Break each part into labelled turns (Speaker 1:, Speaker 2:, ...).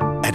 Speaker 1: At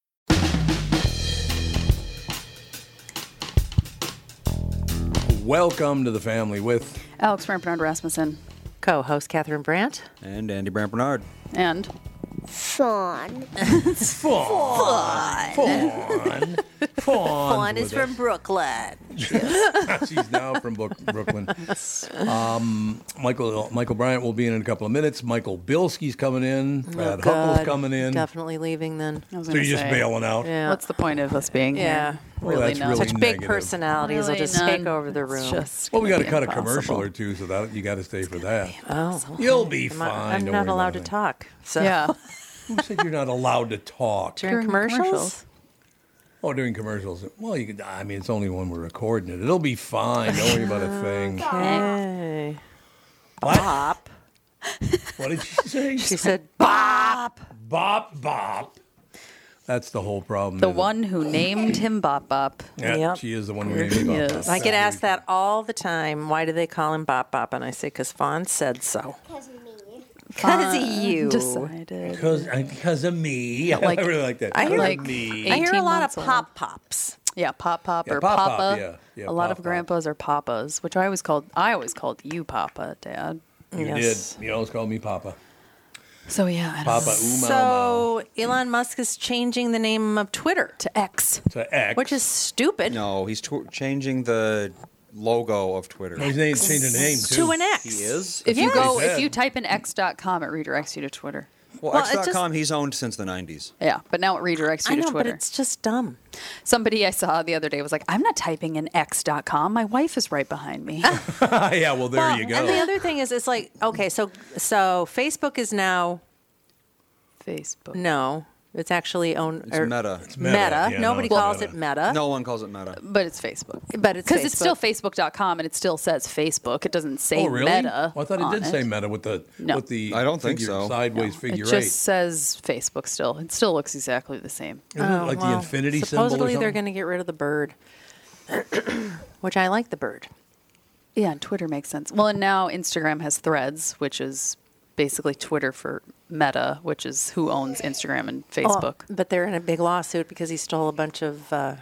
Speaker 2: Welcome to the family with
Speaker 3: Alex Rampernard Rasmussen
Speaker 4: Co-host Catherine Brandt.
Speaker 5: And Andy Brant Bernard.
Speaker 3: and
Speaker 6: Fawn.
Speaker 2: Fawn. Fawn. Fawn.
Speaker 7: Fawn is
Speaker 2: with
Speaker 7: from Brooklyn.
Speaker 2: us. She's now from Brook- Brooklyn. Um, Michael Michael Bryant will be in in a couple of minutes. Michael Bilski's coming in. Brad Huckle's
Speaker 4: Oh, God,
Speaker 2: coming in.
Speaker 4: Definitely leaving then.
Speaker 3: I was
Speaker 2: So
Speaker 3: gonna
Speaker 2: you're just
Speaker 3: say,
Speaker 2: bailing out.
Speaker 4: Yeah.
Speaker 3: What's the point of us being
Speaker 4: Yeah.
Speaker 3: here?
Speaker 2: Well, that's
Speaker 3: no.
Speaker 2: really
Speaker 4: Such big
Speaker 2: negative.
Speaker 4: personalities will
Speaker 3: Really
Speaker 4: just
Speaker 3: none.
Speaker 4: take over the
Speaker 3: It's
Speaker 4: room.
Speaker 3: just
Speaker 2: Well, we got
Speaker 3: gonna
Speaker 2: to
Speaker 3: be
Speaker 2: cut
Speaker 3: impossible.
Speaker 2: a commercial or two, so that you got to stay for that.
Speaker 4: oh,
Speaker 2: You'll be fine.
Speaker 4: I'm not- I'm
Speaker 2: don't
Speaker 4: not
Speaker 2: worry about
Speaker 4: allowed to
Speaker 2: it.
Speaker 4: talk. So
Speaker 3: Yeah.
Speaker 2: Who said you're not allowed to talk?
Speaker 4: during
Speaker 3: During
Speaker 4: commercials.
Speaker 3: commercials.
Speaker 2: Oh, during commercials. Well, you could, I mean, it's only when we're recording it. It'll be fine. Don't worry about a thing.
Speaker 4: Hey.
Speaker 2: What?
Speaker 4: Bop.
Speaker 2: What did she say?
Speaker 4: She said bop.
Speaker 2: Bop, bop. That's the whole problem.
Speaker 3: The
Speaker 2: isn't it?
Speaker 3: one who named him Bop Bop.
Speaker 2: Yeah,
Speaker 4: Yep.
Speaker 2: she is the one we need.
Speaker 3: Yes.
Speaker 4: I get asked that all the time. Why do they call him Bop Bop? And I say, because Fawn said so.
Speaker 3: Uh,
Speaker 4: Because of you.
Speaker 3: Decided.
Speaker 2: because uh, because of me.
Speaker 3: Like-
Speaker 2: I really like that.
Speaker 4: I hear-
Speaker 2: Because of
Speaker 3: like
Speaker 2: me.
Speaker 3: eight-
Speaker 4: I hear a
Speaker 3: 18
Speaker 4: lot
Speaker 3: months
Speaker 4: of
Speaker 3: old.
Speaker 4: pop pops.
Speaker 3: Yeah, Pop Pop
Speaker 2: Yeah,
Speaker 3: or
Speaker 2: Pop Pop,
Speaker 3: Papa.
Speaker 2: yeah. Yeah,
Speaker 3: a lot
Speaker 2: Pop
Speaker 3: of
Speaker 2: Pop.
Speaker 3: grandpas are Papas, which I always called I always called you Papa, Dad.
Speaker 2: You
Speaker 4: Yes.
Speaker 2: did. You always called me Papa.
Speaker 3: So yeah, I don't
Speaker 2: Papa
Speaker 3: know.
Speaker 2: Uma
Speaker 4: So Elon Musk is changing the name of Twitter,
Speaker 3: to X.
Speaker 2: to X.
Speaker 4: which is stupid,
Speaker 5: No, he's tw- changing the logo of Twitter.
Speaker 2: his name changed the name too.
Speaker 4: to an X.
Speaker 5: He is.
Speaker 3: If you
Speaker 2: what
Speaker 3: go
Speaker 2: they said.
Speaker 3: if you type in x.com it redirects you to Twitter.
Speaker 5: Well,
Speaker 4: Well, it
Speaker 5: X.com he's owned since the 90s.
Speaker 3: Yeah, but now it redirects you
Speaker 4: I know,
Speaker 3: to
Speaker 4: but
Speaker 3: Twitter.
Speaker 4: it's just dumb.
Speaker 3: Somebody I saw the other day was like, I'm not typing in x.com. My wife is right behind me.
Speaker 4: Ah.
Speaker 2: yeah, well there
Speaker 4: Well,
Speaker 2: you go.
Speaker 4: And the other thing is, it's like okay, so so Facebook is now
Speaker 3: Facebook.
Speaker 4: no, it's actually owned.
Speaker 5: It's Meta. It's
Speaker 2: Meta, yeah, no,
Speaker 4: Er, Nobody
Speaker 2: it's
Speaker 4: calls
Speaker 2: Meta.
Speaker 4: it Meta.
Speaker 5: No one calls it Meta.
Speaker 3: But it's Facebook.
Speaker 4: but it's
Speaker 3: Because it's still
Speaker 4: Facebook.
Speaker 3: Facebook.com and it still says Facebook. It doesn't say
Speaker 2: oh really?
Speaker 3: Meta.
Speaker 2: Well, I thought
Speaker 3: on
Speaker 2: it did say Meta with the
Speaker 3: No.
Speaker 2: with the
Speaker 5: I don't think
Speaker 2: figure-
Speaker 5: so.
Speaker 2: sideways figure
Speaker 3: It
Speaker 2: eight.
Speaker 3: just says Facebook still. It still looks exactly the same.
Speaker 2: Isn't it like the
Speaker 4: Oh, Well,
Speaker 2: infinity symbol or
Speaker 4: Supposedly they're
Speaker 2: something?
Speaker 4: going to get rid of the bird, which I like the bird.
Speaker 3: Yeah, and Twitter makes sense. Well, and now Instagram has Threads, which is basically Twitter for Meta, which is who owns Instagram and Facebook.
Speaker 4: Oh, but they're in a big lawsuit because he stole a bunch of uh,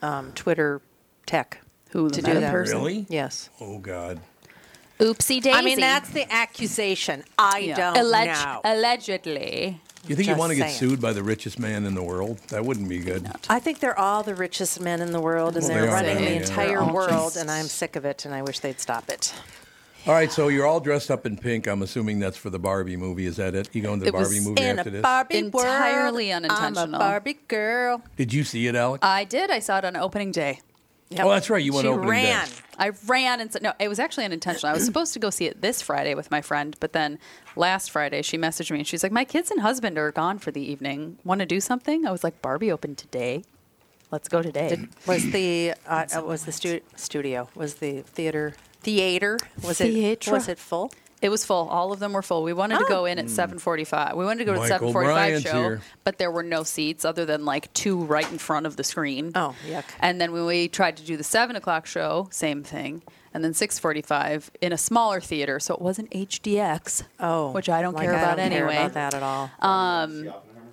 Speaker 4: um, Twitter tech.
Speaker 3: Who the
Speaker 4: To do
Speaker 3: Meta
Speaker 4: that.
Speaker 3: person?
Speaker 2: Really?
Speaker 4: Yes.
Speaker 2: Oh God.
Speaker 3: Oopsie daisy.
Speaker 4: I mean, that's the accusation. I
Speaker 3: Yeah.
Speaker 4: don't
Speaker 3: Alleg-
Speaker 4: know.
Speaker 3: Allegedly.
Speaker 2: You think you
Speaker 4: Just
Speaker 2: want to get
Speaker 4: saying.
Speaker 2: sued by the richest man in the world? That wouldn't be good.
Speaker 4: I think they're all the richest men in the world, and
Speaker 2: Well,
Speaker 4: they're
Speaker 2: they are
Speaker 4: running
Speaker 2: now,
Speaker 4: the
Speaker 2: yeah. Oh,
Speaker 4: entire
Speaker 3: They're all
Speaker 4: world,
Speaker 3: just-
Speaker 4: and I'm sick of it, and I wish they'd stop it.
Speaker 2: All right, so you're all dressed up in pink. I'm assuming that's for the Barbie movie. Is that it? You going to the
Speaker 3: It was
Speaker 2: Barbie movie
Speaker 4: in
Speaker 2: after
Speaker 4: a
Speaker 2: this?
Speaker 4: Barbie
Speaker 3: Entirely
Speaker 4: world, I'm a
Speaker 3: unintentional.
Speaker 4: Barbie girl.
Speaker 2: Did you see it, Alex?
Speaker 3: I did. I saw it on opening day.
Speaker 2: Oh, that's right. You went
Speaker 4: she
Speaker 2: opening
Speaker 4: ran.
Speaker 2: day.
Speaker 3: I ran and said, no, it was actually unintentional. I was supposed to go see it this Friday with my friend, but then last Friday she messaged me and she's like, my kids and husband are gone for the evening. Want to do something? I was like, Barbie opened today. Let's go today.
Speaker 4: Was the uh, uh, was the stu- studio? Was the theater? Theater was
Speaker 3: Theatre.
Speaker 4: it? Was it full? Oh.
Speaker 3: it was full. All of them were full. We wanted to go in at 7:45. We wanted to go to the
Speaker 2: Michael
Speaker 3: 7:45
Speaker 2: Bryant's
Speaker 3: show,
Speaker 2: here.
Speaker 3: but there were no seats other than like two right in front of the screen.
Speaker 4: Oh, yuck.
Speaker 3: And then when we tried to do the seven o'clock show, same thing. And then 6:45 in a smaller theater, so it wasn't HDX.
Speaker 4: Oh,
Speaker 3: which I don't
Speaker 4: like,
Speaker 3: care about
Speaker 4: don't care
Speaker 3: anyway. Um,
Speaker 4: about that at all.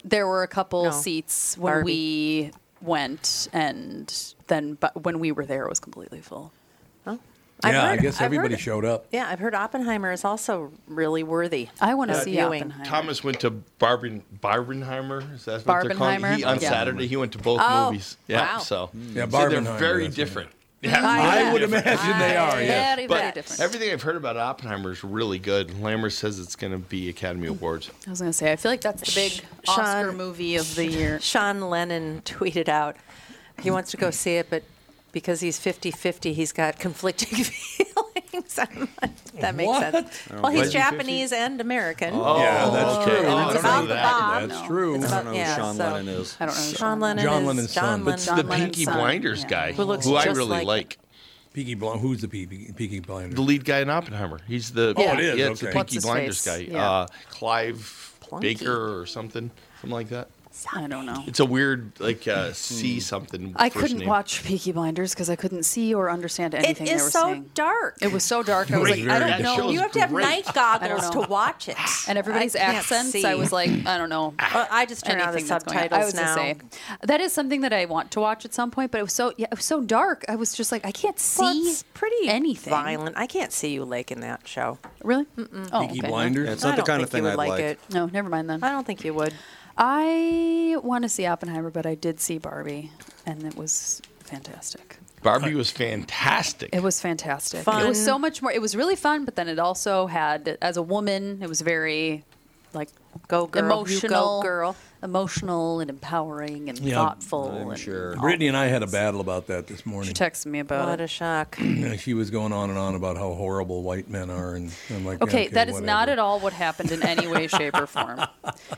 Speaker 3: there were a couple
Speaker 4: No.
Speaker 3: seats when we went and then but when we were there it was completely full
Speaker 4: I've
Speaker 2: yeah,
Speaker 4: heard-
Speaker 2: I guess
Speaker 4: I've
Speaker 2: everybody
Speaker 4: heard-
Speaker 2: showed up.
Speaker 4: Yeah, I've heard Oppenheimer is also really worthy.
Speaker 3: I want to
Speaker 4: of
Speaker 3: see
Speaker 4: viewing.
Speaker 3: Oppenheimer.
Speaker 7: Thomas went to Barben, Barbenheimer. Is that what they're calling?
Speaker 3: Barbenheimer?
Speaker 7: He, on
Speaker 3: Yeah.
Speaker 7: Saturday, he went to both
Speaker 4: Oh,
Speaker 7: movies. Yeah,
Speaker 4: wow.
Speaker 7: so
Speaker 2: Hmm. Yeah,
Speaker 7: so they're
Speaker 2: Barbenheimer,
Speaker 7: very
Speaker 2: that's right.
Speaker 7: different. Yeah,
Speaker 4: I
Speaker 7: very
Speaker 2: I would
Speaker 7: different.
Speaker 2: imagine they are. Yeah.
Speaker 3: Very, very
Speaker 7: But
Speaker 3: different.
Speaker 7: everything I've heard about Oppenheimer is really good. Lammer says it's going to be Academy Awards.
Speaker 3: I was going to say, I feel like that's the big Oscar
Speaker 4: Sean-
Speaker 3: movie of the year.
Speaker 4: Sean Lennon tweeted out he wants to go see it, but because he's 50 50, he's got conflicting feelings. I'm like, that makes
Speaker 2: What?
Speaker 4: sense. Well, he's
Speaker 5: was he 50?
Speaker 4: Japanese and American.
Speaker 2: Yeah, that's
Speaker 7: okay.
Speaker 2: true.
Speaker 7: Oh,
Speaker 2: that's
Speaker 7: it's
Speaker 2: true.
Speaker 7: about the
Speaker 4: Bob.
Speaker 2: That's
Speaker 3: No.
Speaker 2: true.
Speaker 4: It's
Speaker 5: I
Speaker 4: about-
Speaker 5: don't know
Speaker 4: yeah,
Speaker 5: who Sean
Speaker 4: so-
Speaker 5: Lennon is.
Speaker 3: I don't know.
Speaker 4: Sean Lennon
Speaker 2: John
Speaker 4: is
Speaker 2: Lennon's
Speaker 4: John
Speaker 2: son.
Speaker 4: Lennon.
Speaker 2: It's
Speaker 7: It's the
Speaker 3: John Lennon's
Speaker 7: Peaky
Speaker 3: son,
Speaker 7: Blinders
Speaker 3: yeah.
Speaker 7: guy,
Speaker 4: Who looks
Speaker 7: I
Speaker 4: just
Speaker 7: really
Speaker 4: like-
Speaker 7: like.
Speaker 2: Peaky Blind. Who's the Peaky, Peaky Blinder?
Speaker 7: The lead guy in Oppenheimer. He's the
Speaker 2: Oh, it is,
Speaker 7: Yeah, it's
Speaker 2: okay.
Speaker 7: the
Speaker 3: What's
Speaker 7: Peaky
Speaker 3: his
Speaker 7: Blinders guy.
Speaker 3: face? Yeah.
Speaker 7: Uh, Clive
Speaker 4: Plunky.
Speaker 7: Baker or something, something like that.
Speaker 3: I don't know.
Speaker 7: It's a weird like uh, C something.
Speaker 3: Hmm. I
Speaker 7: first
Speaker 3: couldn't
Speaker 7: name.
Speaker 3: watch Peaky Blinders because I couldn't see or understand
Speaker 4: It
Speaker 3: anything they were
Speaker 4: is so
Speaker 3: saying.
Speaker 4: dark.
Speaker 3: It was so dark. I was like,
Speaker 2: Great.
Speaker 3: I
Speaker 2: That
Speaker 3: don't know.
Speaker 7: show's
Speaker 4: you have to have
Speaker 7: great.
Speaker 4: night
Speaker 3: I
Speaker 4: goggles
Speaker 3: don't
Speaker 4: to
Speaker 3: know.
Speaker 4: watch it.
Speaker 3: and everybody's
Speaker 4: I can't
Speaker 3: accents,
Speaker 4: see.
Speaker 3: I was like, I don't know.
Speaker 7: Ah.
Speaker 4: Well, I just turn on the
Speaker 3: anything that's going on.
Speaker 4: subtitles
Speaker 3: I
Speaker 4: now.
Speaker 3: was gonna say, that is something that I want to watch at some point, but it was so yeah, it was so dark. I was just like, I can't see
Speaker 4: Well, it's pretty
Speaker 3: anything.
Speaker 4: violent. I can't see you liking that show.
Speaker 3: Really? Mm-mm. Oh,
Speaker 2: Peaky
Speaker 3: okay.
Speaker 2: Blinders.
Speaker 5: It's
Speaker 4: I
Speaker 5: not the
Speaker 4: don't
Speaker 5: kind
Speaker 4: think
Speaker 5: of thing
Speaker 4: you would
Speaker 5: I'd
Speaker 4: like,
Speaker 5: like.
Speaker 4: it.
Speaker 3: No, never mind then.
Speaker 4: I don't think you would.
Speaker 3: I want to see Oppenheimer, but I did see Barbie, and it was fantastic.
Speaker 7: Barbie was fantastic.
Speaker 3: It was fantastic. It was
Speaker 4: Fun.
Speaker 3: so much more. It was really fun, but then it also had, as a woman, it was very like
Speaker 4: Go girl, you
Speaker 3: emotional,
Speaker 4: go girl.
Speaker 3: emotional and empowering and
Speaker 2: Yeah,
Speaker 3: thoughtful. and
Speaker 5: sure.
Speaker 3: all-
Speaker 2: Brittany and I had a battle about that this morning.
Speaker 3: She texted me about
Speaker 4: What
Speaker 3: it.
Speaker 4: a shock.
Speaker 2: Yeah, she was going on and on about how horrible white men are, and I'm like,
Speaker 3: Okay, that is not
Speaker 2: whatever."
Speaker 3: at all what happened in any way, shape, or form.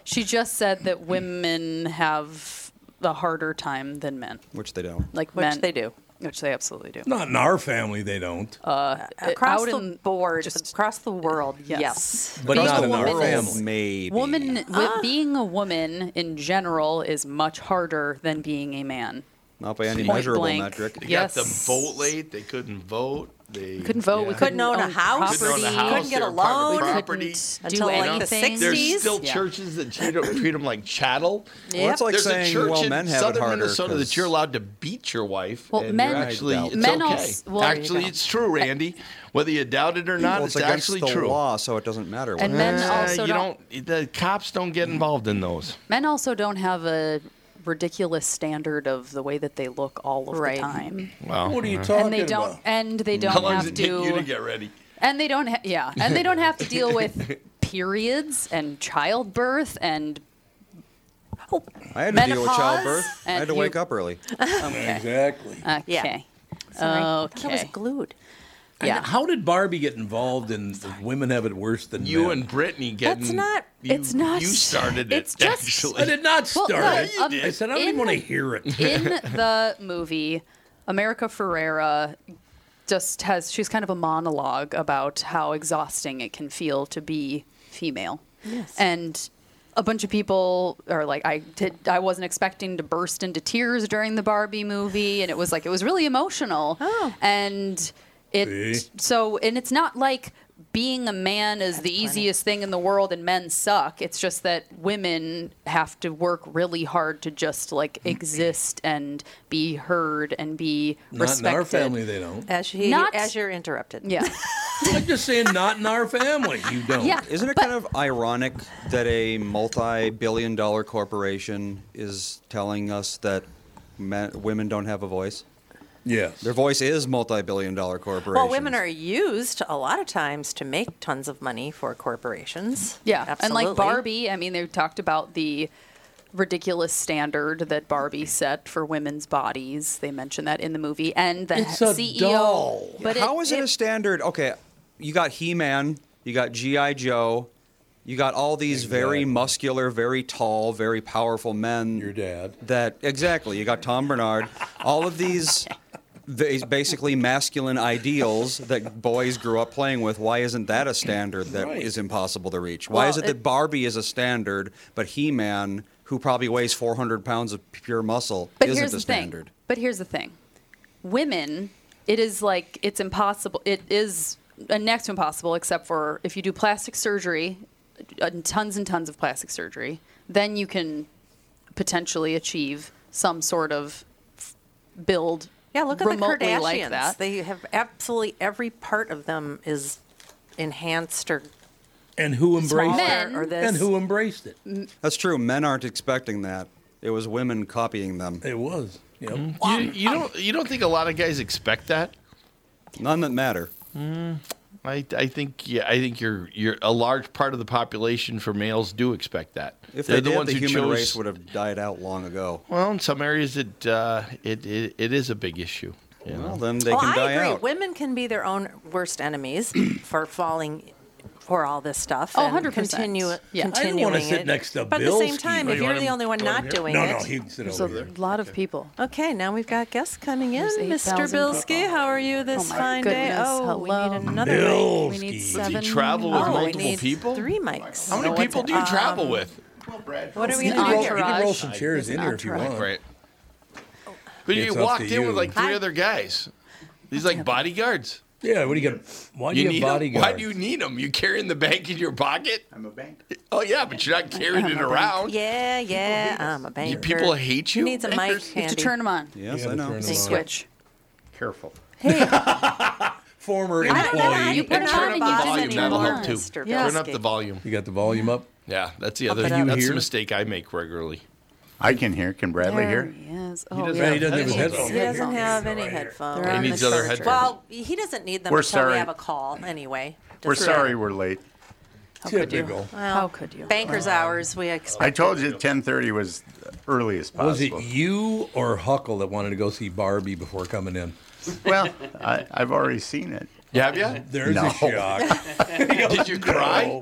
Speaker 3: She just said that women have a harder time than men.
Speaker 5: Which they don't.
Speaker 3: Like
Speaker 4: Which
Speaker 3: men,
Speaker 4: they do.
Speaker 3: which they absolutely do.
Speaker 2: Not in our family, they don't.
Speaker 3: Oh.
Speaker 4: Across
Speaker 3: Uh, out
Speaker 4: the
Speaker 3: in-
Speaker 4: board,
Speaker 3: just-
Speaker 4: across the world,
Speaker 3: Yes.
Speaker 4: yes.
Speaker 2: but
Speaker 3: being
Speaker 2: not
Speaker 3: a
Speaker 2: in our
Speaker 3: woman is-
Speaker 2: family.
Speaker 5: Maybe.
Speaker 3: Woman,
Speaker 4: Ah.
Speaker 3: wi- being a woman in general is much harder than being a man.
Speaker 5: Not by any
Speaker 3: Point
Speaker 5: measurable
Speaker 3: blank.
Speaker 7: they
Speaker 5: metric.
Speaker 3: yes.
Speaker 7: got the vote late. They couldn't vote. They
Speaker 3: Couldn't vote. We
Speaker 7: yeah.
Speaker 3: couldn't
Speaker 4: Couldn't own a house.
Speaker 7: Couldn't own a
Speaker 3: property.
Speaker 7: house.
Speaker 4: Couldn't get
Speaker 7: They
Speaker 4: a
Speaker 7: were part of the
Speaker 4: loan.
Speaker 3: We
Speaker 7: property.
Speaker 3: couldn't
Speaker 4: Couldn't
Speaker 3: do
Speaker 4: until like the
Speaker 3: anything.
Speaker 7: There's
Speaker 4: 60s.
Speaker 7: still
Speaker 3: Yeah.
Speaker 7: churches that treat, 'em- treat them like chattel.
Speaker 4: Well,
Speaker 5: it's like
Speaker 7: There's a
Speaker 5: saying,
Speaker 7: church
Speaker 5: well,
Speaker 7: in
Speaker 5: men have it
Speaker 7: southern
Speaker 5: harder
Speaker 7: Minnesota
Speaker 5: 'cause-
Speaker 7: that you're allowed to beat your wife.
Speaker 3: Well,
Speaker 7: and
Speaker 3: men-
Speaker 7: you're actually,
Speaker 5: I doubt
Speaker 7: it's
Speaker 3: men
Speaker 7: okay.
Speaker 3: also- well, there you
Speaker 7: actually,
Speaker 3: go.
Speaker 7: it's true, Randy. Whether you doubt it or not,
Speaker 5: Well,
Speaker 7: it's,
Speaker 5: it's against
Speaker 7: actually
Speaker 5: the
Speaker 7: true.
Speaker 5: law, so it doesn't matter. what
Speaker 3: And
Speaker 5: it
Speaker 3: men
Speaker 5: is.
Speaker 7: Uh,
Speaker 3: also
Speaker 7: you
Speaker 3: don't-
Speaker 7: The cops don't get involved in those.
Speaker 3: Men also don't have a ridiculous standard of the way that they look all of
Speaker 4: Right.
Speaker 3: the time,
Speaker 7: Wow.
Speaker 2: What are you talking
Speaker 3: and they don't,
Speaker 2: about?
Speaker 3: and they don't
Speaker 7: How long
Speaker 3: have
Speaker 7: does it take you to get ready?
Speaker 3: And they don't, ha- yeah, and they don't have to deal with periods and childbirth and
Speaker 5: I had to deal with
Speaker 3: menopause
Speaker 5: childbirth. I
Speaker 3: and
Speaker 5: had to
Speaker 3: you-
Speaker 5: wake up early.
Speaker 2: Exactly.
Speaker 3: okay, Uh,
Speaker 4: Yeah. Sorry. I thought it was
Speaker 3: Okay.
Speaker 4: glued.
Speaker 2: And
Speaker 3: yeah.
Speaker 2: How did Barbie get involved in women have it worse than
Speaker 7: You
Speaker 2: men?
Speaker 7: and Brittany getting.
Speaker 4: not-
Speaker 7: You,
Speaker 3: it's not-
Speaker 7: You started it.
Speaker 3: it's just-
Speaker 7: actually.
Speaker 2: I did not
Speaker 3: Well,
Speaker 2: start
Speaker 3: no,
Speaker 2: it.
Speaker 3: um,
Speaker 2: I said I don't
Speaker 3: in-
Speaker 2: even want to hear it.
Speaker 3: in the movie, America Ferrera just has she's kind of a monologue about how exhausting it can feel to be female. Yes. And a bunch of people are like I did I wasn't expecting to burst into tears during the Barbie movie and it was like it was really emotional.
Speaker 4: Oh.
Speaker 3: And it
Speaker 2: See?
Speaker 3: so and it's not like being a man is the easiest thing in the world and men suck. It's just that women have to work really hard to just like
Speaker 4: Mm.
Speaker 3: exist and be heard and be
Speaker 2: Not in
Speaker 3: respected.
Speaker 2: our family, they don't.
Speaker 4: As, he,
Speaker 3: Not-
Speaker 4: as you're interrupted.
Speaker 3: Yeah.
Speaker 2: I'm just saying, not in our family, you don't.
Speaker 3: Yeah.
Speaker 5: Isn't it kind of ironic that a multi-billion dollar corporation is telling us that men, women don't have a voice?
Speaker 2: Yes.
Speaker 5: Their voice is multi-billion dollar corporations.
Speaker 4: Well, women are used a lot of times to make tons of money for corporations.
Speaker 3: Yeah.
Speaker 4: Absolutely.
Speaker 3: And like Barbie, I mean, they talked about the ridiculous standard that Barbie set for women's bodies. They mentioned that in the movie. And the E
Speaker 2: It's a
Speaker 3: CEO.
Speaker 2: doll.
Speaker 3: But
Speaker 5: How is it,
Speaker 3: it
Speaker 5: a standard? Okay, you got He-Man, you got GI Joe, you got all these very muscular, very tall, very powerful men.
Speaker 2: Your dad.
Speaker 5: That exactly. You got Tom Bernard. All of these. ba- Basically, masculine ideals that boys grew up playing with. Why isn't that a standard that
Speaker 2: Right.
Speaker 5: is impossible to reach? Why
Speaker 3: Well,
Speaker 5: is it,
Speaker 3: it-
Speaker 5: that Barbie is a standard, but He-Man, who probably weighs 400 pounds of pure muscle,
Speaker 3: But
Speaker 5: isn't
Speaker 3: here's
Speaker 5: a
Speaker 3: the
Speaker 5: standard?
Speaker 3: Thing. But here's the thing. Women, it is like it's impossible. It is uh, next to impossible except for if you do plastic surgery, uh, tons and tons of plastic surgery, then you can potentially achieve some sort of f- build
Speaker 4: Yeah, look at the
Speaker 3: remotely
Speaker 4: Kardashians.
Speaker 3: like that.
Speaker 4: They have absolutely every part of them is enhanced or
Speaker 2: And who embraced
Speaker 4: smaller
Speaker 2: it?
Speaker 3: Men.
Speaker 4: or this.
Speaker 2: And who embraced it?
Speaker 5: That's true. Men aren't expecting that. It was women copying them.
Speaker 2: It was. You know,
Speaker 7: You, you don't you don't think a lot of guys expect that?
Speaker 5: None that matter.
Speaker 3: Mm.
Speaker 7: I, I think yeah, I think you're you're a large part of the population for males do expect that.
Speaker 5: If
Speaker 7: They're
Speaker 5: they did,
Speaker 7: the ones
Speaker 5: the
Speaker 7: who
Speaker 5: human
Speaker 7: chose,
Speaker 5: race would have died out long ago.
Speaker 7: Well, in some areas it uh, it, it it is a big issue. you know?
Speaker 5: Well, then they
Speaker 3: Oh,
Speaker 4: well,
Speaker 5: can
Speaker 4: Oh, I
Speaker 5: die
Speaker 4: agree.
Speaker 5: out.
Speaker 4: Women can be their own worst enemies for falling for all this stuff.
Speaker 3: Oh,
Speaker 4: and
Speaker 3: 100%.
Speaker 4: continue it-
Speaker 3: Yeah. I don't
Speaker 2: I didn't
Speaker 4: continuing
Speaker 2: want to sit
Speaker 4: it.
Speaker 2: next to
Speaker 4: But
Speaker 2: Bill.
Speaker 4: at the same time, if
Speaker 2: you
Speaker 4: you're
Speaker 2: want
Speaker 4: the
Speaker 2: him
Speaker 4: only one not doing
Speaker 2: no,
Speaker 4: it.
Speaker 2: no, he can sit
Speaker 3: There's
Speaker 2: over
Speaker 3: a
Speaker 2: here.
Speaker 3: lot of people.
Speaker 4: Okay, now we've got guests coming in.
Speaker 3: There's
Speaker 4: Mr.
Speaker 3: 8,000
Speaker 4: Bilski,
Speaker 3: people. Oh
Speaker 4: how are you this
Speaker 3: my
Speaker 4: fine day?
Speaker 3: goodness,
Speaker 4: Oh, we
Speaker 3: hello.
Speaker 4: need another mic.
Speaker 2: Bill
Speaker 3: We need
Speaker 2: Ski.
Speaker 7: Does he
Speaker 3: seven.
Speaker 7: travel with
Speaker 4: Oh, we
Speaker 7: multiple
Speaker 4: need
Speaker 7: people?
Speaker 4: three mics.
Speaker 7: How many
Speaker 3: what's
Speaker 7: people
Speaker 3: it-
Speaker 7: do you
Speaker 3: um,
Speaker 7: travel with?
Speaker 4: um, What are we
Speaker 2: You can,
Speaker 4: going to do
Speaker 2: roll,
Speaker 4: here,
Speaker 2: you can
Speaker 4: Raj?
Speaker 2: roll some chairs in here if you
Speaker 3: entourage.
Speaker 2: want.
Speaker 7: Right. But
Speaker 2: It's up
Speaker 7: you
Speaker 2: to
Speaker 7: walked in
Speaker 2: you.
Speaker 7: with like three
Speaker 4: I-
Speaker 7: other guys. These like bodyguards.
Speaker 2: Yeah, what do you got? Why do you,
Speaker 7: need
Speaker 2: have
Speaker 7: 'em?
Speaker 2: bodyguards?
Speaker 7: Why do you need them? You carrying the bank in your pocket? I'm a bank. Oh yeah, but you're not carrying it around.
Speaker 4: Yeah, yeah, I'm a
Speaker 7: You-
Speaker 4: banker.
Speaker 7: people hate you.
Speaker 4: Needs a mic
Speaker 7: Bankers?
Speaker 3: You have to
Speaker 4: handy.
Speaker 3: turn them on.
Speaker 5: yes,
Speaker 2: Yeah,
Speaker 5: I
Speaker 2: the
Speaker 5: know.
Speaker 2: turn
Speaker 3: They
Speaker 2: around.
Speaker 3: switch.
Speaker 8: Careful.
Speaker 2: Former
Speaker 4: I don't know how
Speaker 2: employee.
Speaker 4: you put
Speaker 7: And
Speaker 4: it
Speaker 7: turn up
Speaker 4: on and
Speaker 7: the
Speaker 4: you
Speaker 3: box
Speaker 4: do
Speaker 7: volume. That'll
Speaker 4: anymore,
Speaker 7: help too.
Speaker 4: Mr.
Speaker 7: Turn up
Speaker 4: Bilski.
Speaker 7: the volume.
Speaker 2: You got the volume up?
Speaker 7: Yeah, that's the other.
Speaker 4: it up.
Speaker 7: That's
Speaker 2: Here?
Speaker 7: the mistake I make regularly.
Speaker 8: I can hear. Can Bradley
Speaker 3: There
Speaker 8: hear?
Speaker 3: he is. Oh,
Speaker 7: doesn't-
Speaker 3: yeah.
Speaker 2: he doesn't have his headphones.
Speaker 7: Headphones.
Speaker 4: He doesn't have any headphones.
Speaker 3: They're on
Speaker 7: needs
Speaker 3: the
Speaker 7: other
Speaker 3: charger.
Speaker 7: headphones.
Speaker 4: Well, he doesn't need them
Speaker 8: We're
Speaker 4: until we
Speaker 8: sorry.
Speaker 4: have a call anyway.
Speaker 8: We're sorry we're late.
Speaker 3: How could you?
Speaker 2: Typical.
Speaker 3: How could you?
Speaker 4: Banker's hours, we
Speaker 8: I
Speaker 4: expect.
Speaker 8: told you 10:30 was the earliest
Speaker 2: Was it
Speaker 8: possible.
Speaker 2: you or Huckle that wanted to go see Barbie before coming in?
Speaker 8: Well, I, I've already seen it.
Speaker 7: Yeah, have ya?
Speaker 2: There's
Speaker 8: No.
Speaker 2: a shock.
Speaker 7: Did you cry?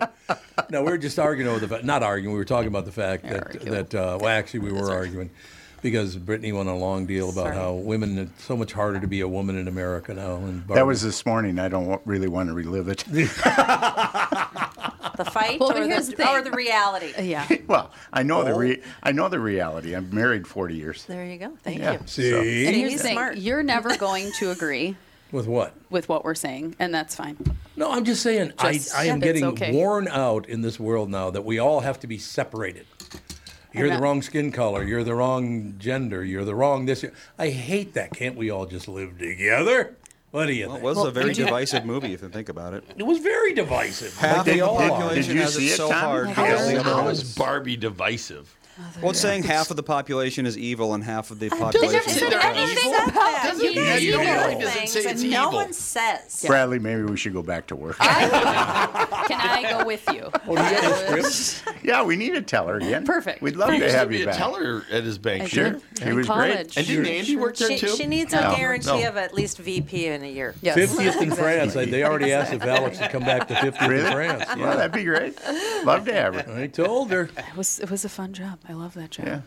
Speaker 2: no, we were just arguing over the fact, not arguing, we were talking about the fact that,
Speaker 3: Arguing.
Speaker 2: that uh, well, actually, we were arguing because Brittany won a long deal about
Speaker 4: Sorry.
Speaker 2: how women, it's so much harder to be a woman in America now. And Barbie-
Speaker 8: That was this morning. I don't wa- really want to relive it.
Speaker 4: The fight
Speaker 3: Well,
Speaker 4: or,
Speaker 3: but here's
Speaker 4: the,
Speaker 3: the thing.
Speaker 4: or the reality.
Speaker 3: Yeah.
Speaker 8: well, I know
Speaker 2: Oh.
Speaker 8: the re- I know the reality. I'm married 40 years.
Speaker 4: There you go. Thank
Speaker 8: Yeah.
Speaker 4: you.
Speaker 2: See?
Speaker 3: And
Speaker 4: He's
Speaker 3: here's the thing,
Speaker 4: smart.
Speaker 3: you're never going to agree
Speaker 2: With what?
Speaker 3: with what we're saying, and that's fine.
Speaker 2: No, I'm just saying,
Speaker 3: Just-
Speaker 2: I, I am
Speaker 3: it's
Speaker 2: getting
Speaker 3: okay.
Speaker 2: worn out in this world now that we all have to be separated. You're the
Speaker 3: that-
Speaker 2: wrong skin color. You're the wrong gender. You're the wrong this. I hate that. Can't we all just live together? What do you
Speaker 5: Well, it
Speaker 2: think?
Speaker 5: was a very divisive movie if you think about it.
Speaker 2: it was very divisive.
Speaker 5: Half
Speaker 2: they
Speaker 5: of the
Speaker 2: all are.
Speaker 5: population
Speaker 8: Did you
Speaker 5: has
Speaker 8: see
Speaker 5: it
Speaker 8: it,
Speaker 5: so
Speaker 8: Tom?
Speaker 5: hard.
Speaker 8: How
Speaker 5: because
Speaker 8: is-
Speaker 5: the other
Speaker 7: How
Speaker 5: one-
Speaker 7: is Barbie divisive?
Speaker 5: Well, it's saying half of the population is evil and half of the population
Speaker 7: never
Speaker 5: is
Speaker 7: said
Speaker 5: bad.
Speaker 7: anything.
Speaker 4: about that.
Speaker 7: Doesn't
Speaker 4: You
Speaker 7: mean
Speaker 4: guys
Speaker 7: you know.
Speaker 4: know those
Speaker 7: Doesn't
Speaker 4: things
Speaker 7: say it's
Speaker 4: and no
Speaker 7: evil.
Speaker 4: one says.
Speaker 8: Bradley, maybe we should go back to work.
Speaker 3: Can I go with you?
Speaker 4: Uh,
Speaker 8: yeah, we need a teller again.
Speaker 3: Perfect.
Speaker 8: We'd love
Speaker 7: He
Speaker 8: to
Speaker 7: used to
Speaker 8: have
Speaker 7: be
Speaker 8: you
Speaker 7: a
Speaker 8: back.
Speaker 7: teller at his bank.
Speaker 8: Sure, she was
Speaker 3: College.
Speaker 8: great.
Speaker 7: And didn't Andy work there
Speaker 4: She,
Speaker 7: too?
Speaker 4: she needs
Speaker 8: No.
Speaker 4: a guarantee
Speaker 7: No.
Speaker 4: of at least VP in a year.
Speaker 3: Yes.
Speaker 2: 50th in France. I- They already asked if Alex would come back to 50th in
Speaker 8: Really?
Speaker 2: France.
Speaker 8: Yeah, that'd be great. Love to have her.
Speaker 2: I told her.
Speaker 3: It was it was a fun job. I love that job.
Speaker 8: Yeah.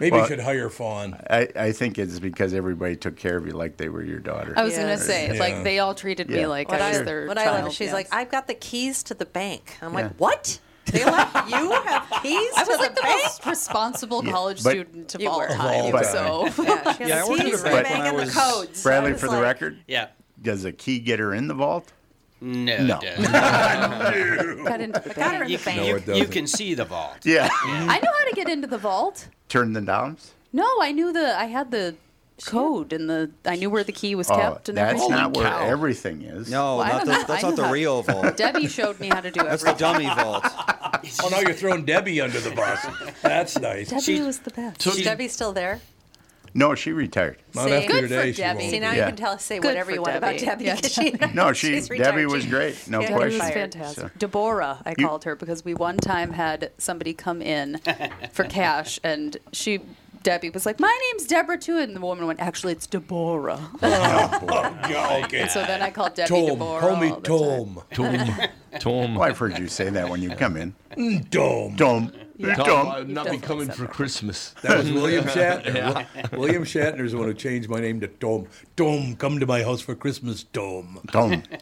Speaker 2: Maybe you
Speaker 8: Well-
Speaker 2: should hire Fawn.
Speaker 8: I, I think it's because everybody took care of you like they were your daughter.
Speaker 3: I was gonna
Speaker 4: Yes.
Speaker 3: say,
Speaker 2: Yeah.
Speaker 3: like they all treated me
Speaker 8: Yeah.
Speaker 3: like
Speaker 4: What
Speaker 3: I was
Speaker 4: I,
Speaker 3: their
Speaker 4: what I
Speaker 3: child.
Speaker 4: love is she's
Speaker 3: yes.
Speaker 4: like, I've got the keys to the bank. I'm
Speaker 8: Yeah.
Speaker 4: like, what? They let you have keys
Speaker 3: I was
Speaker 4: to
Speaker 3: like the,
Speaker 4: bank?
Speaker 3: most responsible college
Speaker 8: but-
Speaker 3: student of
Speaker 4: You
Speaker 3: all
Speaker 4: were. Of
Speaker 3: time.
Speaker 8: all
Speaker 3: so
Speaker 4: Yeah, "Oh, she has
Speaker 5: Yeah, I worked
Speaker 4: the
Speaker 5: at a
Speaker 4: keys to the
Speaker 5: bank
Speaker 4: bank
Speaker 5: when
Speaker 4: and
Speaker 5: I
Speaker 4: the
Speaker 5: was-
Speaker 4: codes. So I
Speaker 8: Bradley,
Speaker 4: was
Speaker 8: for the
Speaker 4: like,
Speaker 8: record,
Speaker 9: Yeah.
Speaker 8: does a key get her in the vault?
Speaker 9: No.
Speaker 8: No.
Speaker 9: it doesn't.
Speaker 3: got into the
Speaker 4: Got her
Speaker 3: bank.
Speaker 2: No,
Speaker 4: in the bank.
Speaker 2: it
Speaker 9: you
Speaker 2: doesn't.
Speaker 9: can see the vault.
Speaker 8: Yeah.
Speaker 3: I know how to get into the vault.
Speaker 8: Turn the knobs?
Speaker 3: No, I knew the I had the code and the I knew where the key was
Speaker 8: Oh,
Speaker 3: kept and
Speaker 8: that's
Speaker 3: everything.
Speaker 8: not where
Speaker 7: cow.
Speaker 8: everything is.
Speaker 5: No,
Speaker 3: Well, I
Speaker 5: not
Speaker 3: don't
Speaker 5: the,
Speaker 3: know.
Speaker 5: that's
Speaker 3: I
Speaker 5: not
Speaker 3: know
Speaker 5: the
Speaker 3: how-
Speaker 5: real vault.
Speaker 3: Debbie showed me how to do
Speaker 5: That's the
Speaker 3: everything.
Speaker 5: dummy vault.
Speaker 2: Oh, now you're throwing Debbie under the bus. That's nice.
Speaker 3: Debbie
Speaker 9: She-
Speaker 3: was the best.
Speaker 4: Is Debbie still there?
Speaker 8: No, she retired.
Speaker 2: Not
Speaker 4: See?
Speaker 2: after
Speaker 4: Good
Speaker 2: today,
Speaker 3: for
Speaker 2: she
Speaker 3: Debbie.
Speaker 2: won't
Speaker 4: See,
Speaker 2: be.
Speaker 4: now you
Speaker 8: Yeah.
Speaker 4: can tell say
Speaker 3: Good
Speaker 4: whatever
Speaker 3: for
Speaker 4: you want about
Speaker 3: Debbie.
Speaker 4: Debbie.
Speaker 3: Yeah,
Speaker 4: 'cause she,
Speaker 8: No, she
Speaker 4: she's retired.
Speaker 8: Debbie was
Speaker 4: She-
Speaker 8: great. No
Speaker 4: Yeah, Debbie
Speaker 3: Debbie
Speaker 8: question.
Speaker 3: was
Speaker 4: fired.
Speaker 3: fantastic. Deborah, I called her because we one time had somebody come in for cash, and she, Debbie, was like, "My name's Deborah too," and the woman went, "Actually, it's Deborah."
Speaker 2: Yeah, okay.
Speaker 3: so then I called Debbie
Speaker 2: Tom.
Speaker 3: Deborah.
Speaker 2: Call me
Speaker 3: all the time.
Speaker 2: Tom.
Speaker 7: Tom.
Speaker 8: Well, I've heard you say that when you come in.
Speaker 2: Tom.
Speaker 8: Dumb.
Speaker 7: Tom,
Speaker 8: Dumb.
Speaker 7: I'm not
Speaker 3: You've
Speaker 7: be
Speaker 3: done
Speaker 7: coming for
Speaker 3: something
Speaker 7: Christmas.
Speaker 2: That was William Shatner. William Shatner's the one who changed my name to Tom. Tom, come to my house for Christmas, Tom.
Speaker 8: Dumb.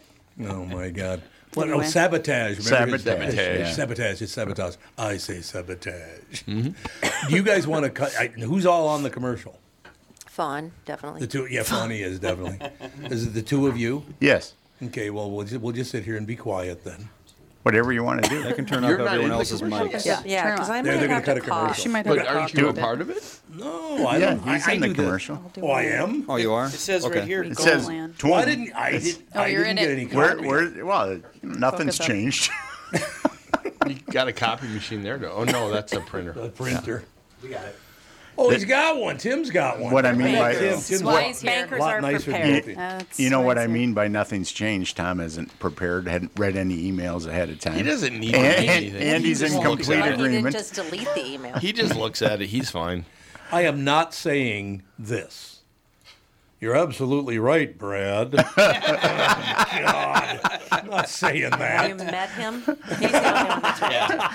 Speaker 2: Oh my God. What? Oh,
Speaker 3: Anyway.
Speaker 2: sabotage. Remember his-
Speaker 8: Sabotage, yeah.
Speaker 2: Sabotage. It's sabotage. I say sabotage.
Speaker 7: Mm-hmm.
Speaker 2: Do you guys want to cut? I, who's all on the commercial?
Speaker 4: Fawn,
Speaker 2: The
Speaker 4: definitely.
Speaker 2: two. Yeah, Bonnie is definitely. Is it the two of you?
Speaker 8: Yes.
Speaker 2: Okay. Well, we'll just, we'll just sit here and be quiet then.
Speaker 8: whatever you want to do.
Speaker 5: They can turn
Speaker 7: You're
Speaker 5: off
Speaker 7: not in
Speaker 5: everyone
Speaker 7: the
Speaker 5: else's
Speaker 7: commercial.
Speaker 5: mics.
Speaker 4: Yeah,
Speaker 3: Turn
Speaker 4: because
Speaker 3: on.
Speaker 4: I
Speaker 3: Yeah,
Speaker 4: might
Speaker 2: they're gonna
Speaker 4: have
Speaker 2: cut
Speaker 4: to
Speaker 2: a commercial.
Speaker 4: cough.
Speaker 3: She might have
Speaker 7: But
Speaker 3: to
Speaker 7: aren't
Speaker 3: cough
Speaker 7: you
Speaker 3: a
Speaker 7: a
Speaker 3: bit.
Speaker 7: part of it?
Speaker 2: No, I
Speaker 8: Yeah,
Speaker 2: don't. I,
Speaker 8: he's
Speaker 2: I
Speaker 8: in the
Speaker 2: do that.
Speaker 8: commercial.
Speaker 2: Oh, I am.
Speaker 5: Oh, you are?
Speaker 9: It says
Speaker 5: Okay.
Speaker 9: right here.
Speaker 8: It
Speaker 9: go
Speaker 8: says
Speaker 9: on.
Speaker 3: Goldland.
Speaker 8: twom.
Speaker 2: Why didn't I? Did,
Speaker 3: Oh,
Speaker 2: I
Speaker 3: you're
Speaker 2: didn't
Speaker 3: in
Speaker 2: get
Speaker 3: it.
Speaker 2: any
Speaker 8: Where,
Speaker 2: copy.
Speaker 8: where, well,
Speaker 3: Focus
Speaker 8: nothing's
Speaker 3: up.
Speaker 8: changed.
Speaker 7: You got a copy machine there? Oh no, that's a
Speaker 2: The
Speaker 7: printer.
Speaker 2: printer. We got it. Oh, he's got one. Tim's got one.
Speaker 8: What I mean by-
Speaker 2: Tim,
Speaker 8: Bankers.
Speaker 2: Tim's
Speaker 3: Why
Speaker 2: got-
Speaker 3: he's here.
Speaker 4: Bankers
Speaker 2: lot
Speaker 4: are
Speaker 2: nicer than
Speaker 4: prepared.
Speaker 2: Opie.
Speaker 3: That's
Speaker 8: you know what I
Speaker 3: amazing.
Speaker 8: mean by nothing's changed. Tom isn't prepared. Hadn't read any emails ahead of time.
Speaker 7: He doesn't need
Speaker 8: And,
Speaker 7: to read
Speaker 8: and-
Speaker 7: anything.
Speaker 8: and he's
Speaker 7: He just
Speaker 8: in
Speaker 7: looks
Speaker 8: complete
Speaker 7: at it.
Speaker 4: Why didn't
Speaker 8: agreement.
Speaker 4: just delete the email?
Speaker 7: He just looks at it. He's fine.
Speaker 2: I am not saying this. You're absolutely right, Brad. God, I'm not saying
Speaker 4: Have you
Speaker 2: that.
Speaker 4: met him? He's the only one that's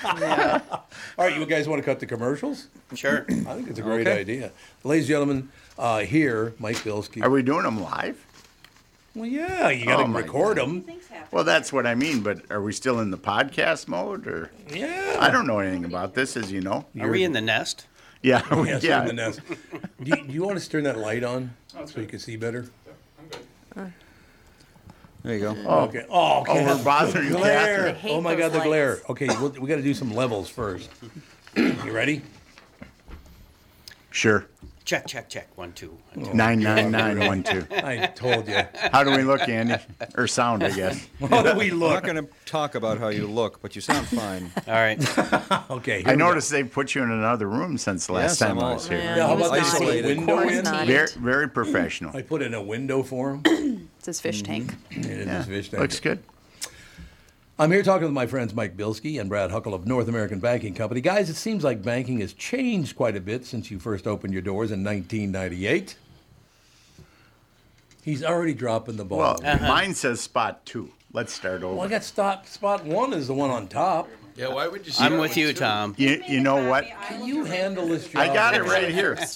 Speaker 4: right.
Speaker 2: All right, you guys want to cut the commercials?
Speaker 9: Sure.
Speaker 2: I think it's a great
Speaker 5: Okay.
Speaker 2: idea. Ladies and gentlemen, uh, here, Mike Bilski.
Speaker 8: Are we doing them live?
Speaker 2: well, yeah, you got
Speaker 8: Oh,
Speaker 2: to
Speaker 8: my
Speaker 2: record them.
Speaker 8: Well, that's what I mean. But are we still in the podcast mode, or
Speaker 2: Yeah.
Speaker 8: I don't know anything about this, as you know.
Speaker 9: Are we in the nest?
Speaker 8: Yeah, we-
Speaker 2: Yes,
Speaker 8: yeah.
Speaker 2: in the nest. do, you, do you want us to turn that light on so you can see better?
Speaker 5: There you go.
Speaker 8: Oh,
Speaker 2: Okay. Oh,
Speaker 8: oh,
Speaker 2: Kath,
Speaker 8: we're bothering you, Catherine.
Speaker 2: glare. Oh my
Speaker 4: those
Speaker 2: God, the
Speaker 4: lights.
Speaker 2: glare. Okay, we'll, we got to do some levels first. you ready?
Speaker 8: Sure.
Speaker 9: Check, check, check. One, two. one, two.
Speaker 8: Nine nine nine one two.
Speaker 2: I told you.
Speaker 8: How do we look, Andy? Or sound, I guess.
Speaker 2: How do we
Speaker 5: I'm
Speaker 2: look?
Speaker 5: not going to talk about how you look, but you sound fine.
Speaker 9: All right.
Speaker 2: Okay. here
Speaker 8: I
Speaker 2: we go.
Speaker 8: noticed they've put you in another room since the
Speaker 5: Yes,
Speaker 8: last
Speaker 5: I'm
Speaker 8: time I
Speaker 5: all-
Speaker 8: was here.
Speaker 4: Yeah.
Speaker 2: Yeah, how
Speaker 4: He was
Speaker 2: about this
Speaker 4: naughty.
Speaker 2: window
Speaker 4: He was
Speaker 2: in?
Speaker 4: naughty.
Speaker 8: Very, very professional.
Speaker 2: I put in a window for him.
Speaker 3: It's his
Speaker 8: Mm-hmm.
Speaker 3: fish tank.
Speaker 2: It is his fish tank.
Speaker 8: Looks good.
Speaker 2: I'm here talking with my friends Mike Bilski and Brad Huckle of North American Banking Company. Guys, it seems like banking has changed quite a bit since you first opened your doors in 1998. He's already dropping the ball.
Speaker 8: Well,
Speaker 9: Uh-huh.
Speaker 8: mine says spot two. Let's start over.
Speaker 2: Well, I got stop, spot one is the one on top.
Speaker 7: Yeah, why would you? Say
Speaker 9: I'm with you, Tom.
Speaker 8: you, you know what?
Speaker 2: Can you handle this job?
Speaker 8: I got it right here.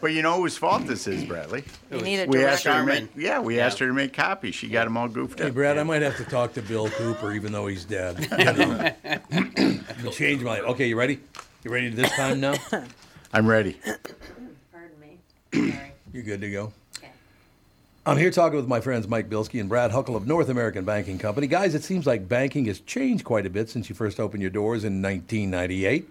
Speaker 8: But you know whose fault this is, Bradley?
Speaker 4: You need a
Speaker 8: We
Speaker 4: direct
Speaker 8: asked her to
Speaker 9: Carmen.
Speaker 8: make, yeah, we asked her to make copies. She got them all goofed
Speaker 2: Hey,
Speaker 8: up.
Speaker 2: Brad, I might have to talk to Bill Cooper, even though he's dead. You know. You Change my. Okay, you ready? You ready this time now?
Speaker 8: I'm ready.
Speaker 4: Pardon me.
Speaker 2: You're good to go. I'm here talking with my friends Mike Bilski and Brad Huckle of North American Banking Company. Guys, it seems like banking has changed quite a bit since you first opened your doors in 1998.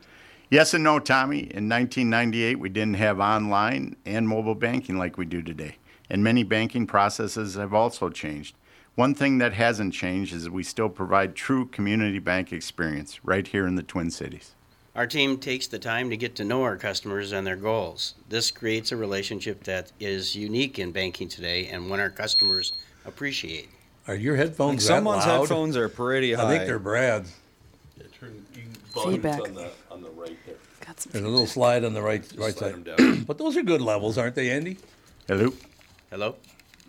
Speaker 8: Yes and no, Tommy. In 1998, we didn't have online and mobile banking like we do today. And many banking processes have also changed. One thing that hasn't changed is that we still provide true community bank experience right here in the Twin Cities.
Speaker 9: Our team takes the time to get to know our customers and their goals. This creates a relationship that is unique in banking today and one our customers appreciate.
Speaker 2: Are your headphones that
Speaker 5: Someone's
Speaker 2: loud?
Speaker 5: headphones are pretty high.
Speaker 2: I think they're Brad's.
Speaker 3: Feedback.
Speaker 7: on the right there.
Speaker 3: Got some
Speaker 2: There's a little slide on the right right
Speaker 7: slide
Speaker 2: side.
Speaker 7: 'em down.
Speaker 2: but those are good levels, aren't they, Andy?
Speaker 8: Hello?
Speaker 9: Hello?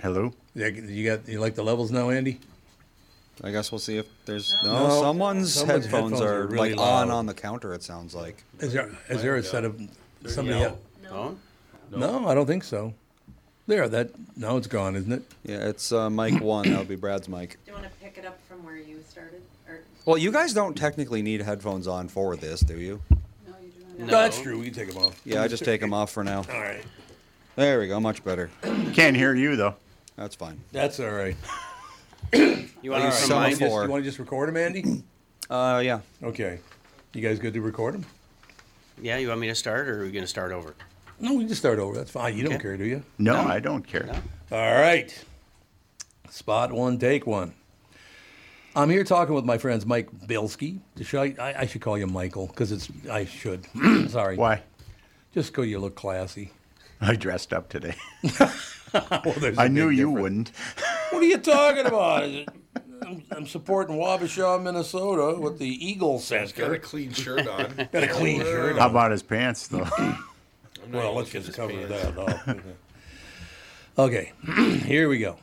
Speaker 8: Hello?
Speaker 2: Yeah, You got you like the levels now, Andy?
Speaker 5: I guess we'll see if there's no. someone's,
Speaker 2: Someone's
Speaker 5: headphones,
Speaker 2: headphones
Speaker 5: are,
Speaker 2: are really
Speaker 5: like on
Speaker 2: loud.
Speaker 5: on the counter. It sounds like.
Speaker 2: Is there is there a set of somebody?
Speaker 7: No.
Speaker 9: No.
Speaker 2: No, I don't think so. There, that now it's gone, isn't it?
Speaker 5: Yeah, it's uh, mic one. That'll be Brad's mic.
Speaker 4: Do you want to pick it up from where you started? Or
Speaker 5: Well, you guys don't technically need headphones on for this, do you?
Speaker 9: No.
Speaker 2: That's true. We can take them off.
Speaker 5: Yeah, I just take them off for now.
Speaker 2: All right.
Speaker 5: There we go. Much better.
Speaker 8: Can't hear you, though.
Speaker 5: That's fine.
Speaker 2: That's all right.
Speaker 9: You want to
Speaker 5: Alright.
Speaker 9: from
Speaker 5: Someone
Speaker 9: mine?
Speaker 2: Just, you
Speaker 5: Four.
Speaker 2: want to just record them, Andy?
Speaker 5: Uh, yeah.
Speaker 2: Okay. You guys good to record them?
Speaker 9: Yeah, you want me to start or are we going to start over?
Speaker 2: No, we can just start over. That's fine. You don't
Speaker 9: Okay.
Speaker 2: care, do you?
Speaker 8: No, I don't care.
Speaker 2: All right. Spot one, take one. I'm here talking with my friends Mike Bilski. Should I, I, I should call you Michael because it's I should. Sorry.
Speaker 8: Why?
Speaker 2: Just because you look classy.
Speaker 8: I dressed up today.
Speaker 2: Well, there's a
Speaker 8: I knew
Speaker 2: big
Speaker 8: you
Speaker 2: difference.
Speaker 8: wouldn't.
Speaker 2: What are you talking about? Is it- I'm, I'm supporting Wabasha, Minnesota, with the Eagle
Speaker 7: Got a
Speaker 2: Center.
Speaker 7: clean shirt on.
Speaker 2: Got a clean shirt.
Speaker 8: How about his pants, though?
Speaker 2: Well, let's just cover that up. okay, here we go.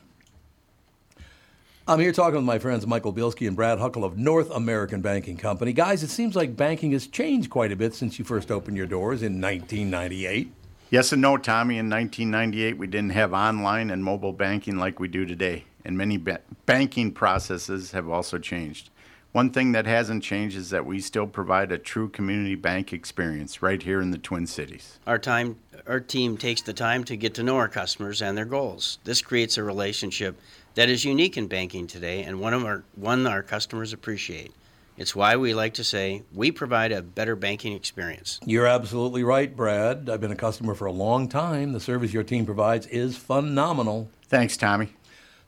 Speaker 2: I'm here talking with my friends Michael Bilski and Brad Huckle of North American Banking Company. Guys, it seems like banking has changed quite a bit since you first opened your doors in 1998.
Speaker 8: Yes and no, Tommy. In 1998, we didn't have online and mobile banking like we do today, and many ba- banking processes have also changed. One thing that hasn't changed is that we still provide a true community bank experience right here in the Twin Cities.
Speaker 9: Our time our team takes the time to get to know our customers and their goals. This creates a relationship that is unique in banking today and one of our one our customers appreciate. It's why we like to say we provide a better banking experience.
Speaker 2: You're absolutely right, Brad. I've been a customer for a long time. The service your team provides is phenomenal.
Speaker 8: Thanks, Tommy.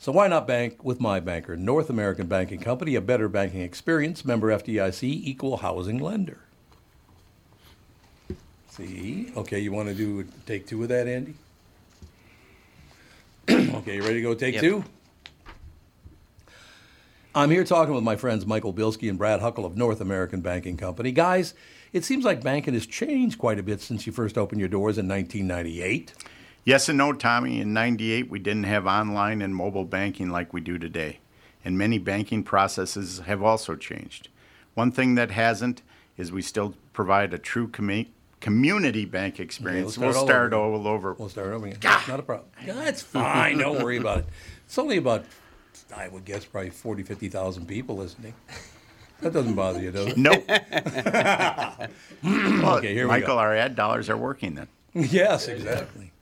Speaker 2: So why not bank with my banker, North American Banking Company, a better banking experience, member FDIC, equal housing lender. See, okay, you want to do take two of that, Andy? okay, you ready to go take
Speaker 9: Yep.
Speaker 2: two? I'm here talking with my friends Michael Bilski and Brad Huckle of North American Banking Company. Guys, it seems like banking has changed quite a bit since you first opened your doors in 1998.
Speaker 8: Yes and no, Tommy. In 98, we didn't have online and mobile banking like we do today, and many banking processes have also changed. One thing that hasn't is we still provide a true commu- community bank experience.
Speaker 2: Okay, let's
Speaker 8: we'll
Speaker 2: start
Speaker 8: start
Speaker 2: all
Speaker 8: all over.
Speaker 2: We'll start over again. It's Not a problem. That's fine. Don't worry about it. It's only about, I would guess, probably 40, 50,000 people listening. That doesn't bother you, does it?
Speaker 8: Nope.
Speaker 2: okay, here we
Speaker 8: Michael,
Speaker 2: go.
Speaker 8: our ad dollars are working then.
Speaker 2: Yes, exactly.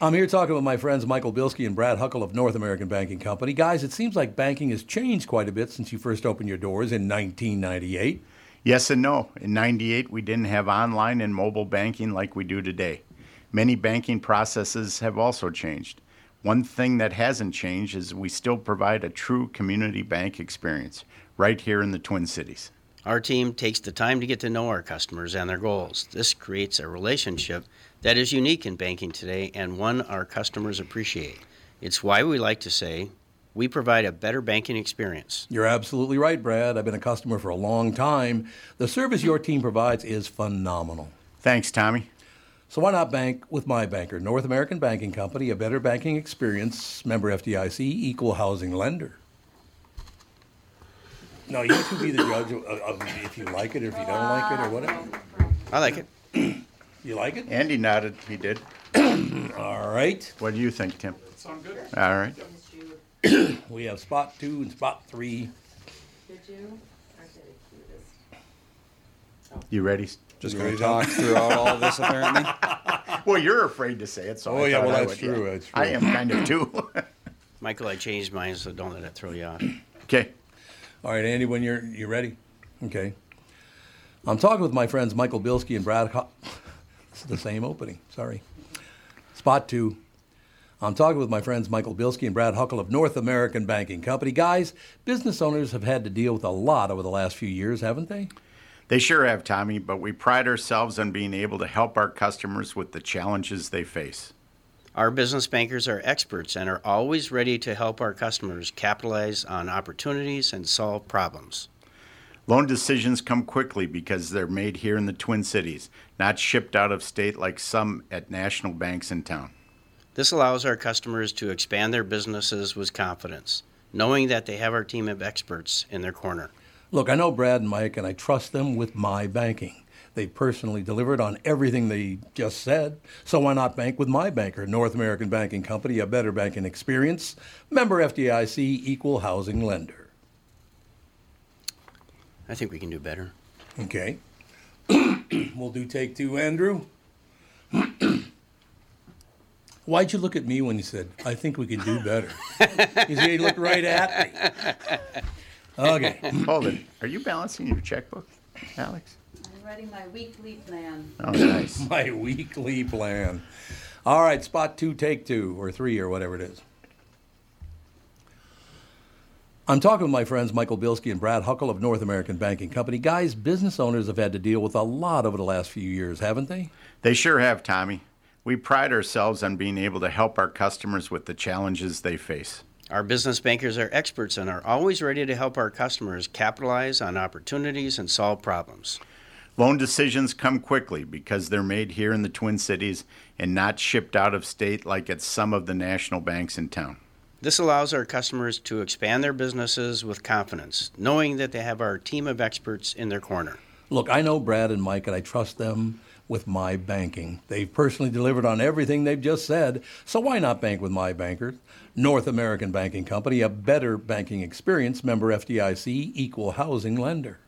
Speaker 2: I'm here talking with my friends Michael Bilski and Brad Huckle of North American Banking Company. Guys, it seems like banking has changed quite a bit since you first opened your doors in 1998.
Speaker 8: Yes and no. In 98, we didn't have online and mobile banking like we do today. Many banking processes have also changed. One thing that hasn't changed is we still provide a true community bank experience right here in the Twin Cities.
Speaker 9: Our team takes the time to get to know our customers and their goals. This creates a relationship that is unique in banking today and one our customers appreciate. It's why we like to say we provide a better banking experience.
Speaker 2: You're absolutely right, Brad. I've been a customer for a long time. The service your team provides is phenomenal.
Speaker 8: Thanks, Tommy.
Speaker 2: So why not bank with my banker, North American Banking Company, a better banking experience, member FDIC, equal housing lender. No, you two be the judge of, of if you like it or if you don't like it or whatever.
Speaker 9: I like it.
Speaker 2: You like it?
Speaker 8: Andy nodded. He did.
Speaker 2: All right.
Speaker 8: What do you think, Tim?
Speaker 10: Sound good?
Speaker 8: All right.
Speaker 2: We have spot two and spot three.
Speaker 10: Did you?
Speaker 8: You ready?
Speaker 5: Just going to talk throughout all this, apparently.
Speaker 8: Well, you're afraid to say it, so
Speaker 9: Oh,
Speaker 8: I
Speaker 9: yeah,
Speaker 8: thought
Speaker 9: well,
Speaker 8: I
Speaker 9: that's
Speaker 8: would-
Speaker 9: true, that's
Speaker 8: I
Speaker 9: true.
Speaker 8: am kind of too.
Speaker 9: Michael, I changed mine, so don't let it throw you off.
Speaker 8: Okay.
Speaker 2: All right, Andy, when you're you ready? Okay. I'm talking with my friends Michael Bilski and Brad. Ho- this is the same opening. Sorry. Spot two. I'm talking with my friends Michael Bilski and Brad Huckle of North American Banking Company. Guys, business owners have had to deal with a lot over the last few years, haven't they?
Speaker 8: They sure have, Tommy, but we pride ourselves on being able to help our customers with the challenges they face.
Speaker 9: Our business bankers are experts and are always ready to help our customers capitalize on opportunities and solve problems.
Speaker 8: Loan decisions come quickly because they're made here in the Twin Cities, not shipped out of state like some at national banks in town.
Speaker 9: This allows our customers to expand their businesses with confidence, knowing that they have our team of experts in their corner.
Speaker 2: Look, I know Brad and Mike, and I trust them with my banking. They personally delivered on everything they just said, so why not bank with my banker, North American Banking Company, a better banking experience, member FDIC, equal housing lender.
Speaker 9: I think we can do better.
Speaker 2: Okay. we'll do take two, Andrew. Why'd you look at me when you said, I think we can do better? you see, he looked right at me. Okay.
Speaker 8: Hold it. Are you balancing your checkbook, Alex?
Speaker 10: I'm writing my weekly plan.
Speaker 8: Oh, nice.
Speaker 2: My weekly plan. All right, spot two, take two, or three, or whatever it is. I'm talking with my friends Michael Bilski and Brad Huckle of North American Banking Company. Guys, business owners have had to deal with a lot over the last few years, haven't they?
Speaker 8: They sure have, Tommy. We pride ourselves on being able to help our customers with the challenges they face.
Speaker 9: Our business bankers are experts and are always ready to help our customers capitalize on opportunities and solve problems.
Speaker 8: Loan decisions come quickly because they're made here in the Twin Cities and not shipped out of state like at some of the national banks in town.
Speaker 9: This allows our customers to expand their businesses with confidence, knowing that they have our team of experts in their corner.
Speaker 2: Look, I know Brad and Mike, and I trust them with my banking. They've personally delivered on everything they've just said, so why not bank with my banker? North American Banking Company, a better banking experience, member FDIC, equal housing lender.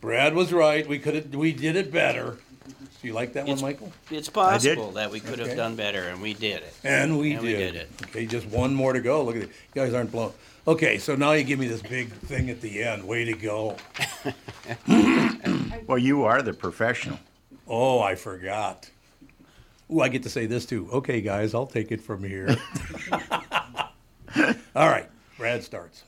Speaker 2: Brad was right. We could have, we did it better. Do you like that one, Michael?
Speaker 9: It's
Speaker 2: I did.
Speaker 9: possible that we could have
Speaker 2: Okay.
Speaker 9: done better, and we did it.
Speaker 2: And we
Speaker 9: And
Speaker 2: did.
Speaker 9: we did it.
Speaker 2: Okay, just one more to go. Look at it. You guys aren't blown. Okay, so now you give me this big thing at the end. Way to go.
Speaker 8: well, you are the professional.
Speaker 2: Oh, I forgot. Ooh, I get to say this too. Okay, guys, I'll take it from here. All right, Brad starts.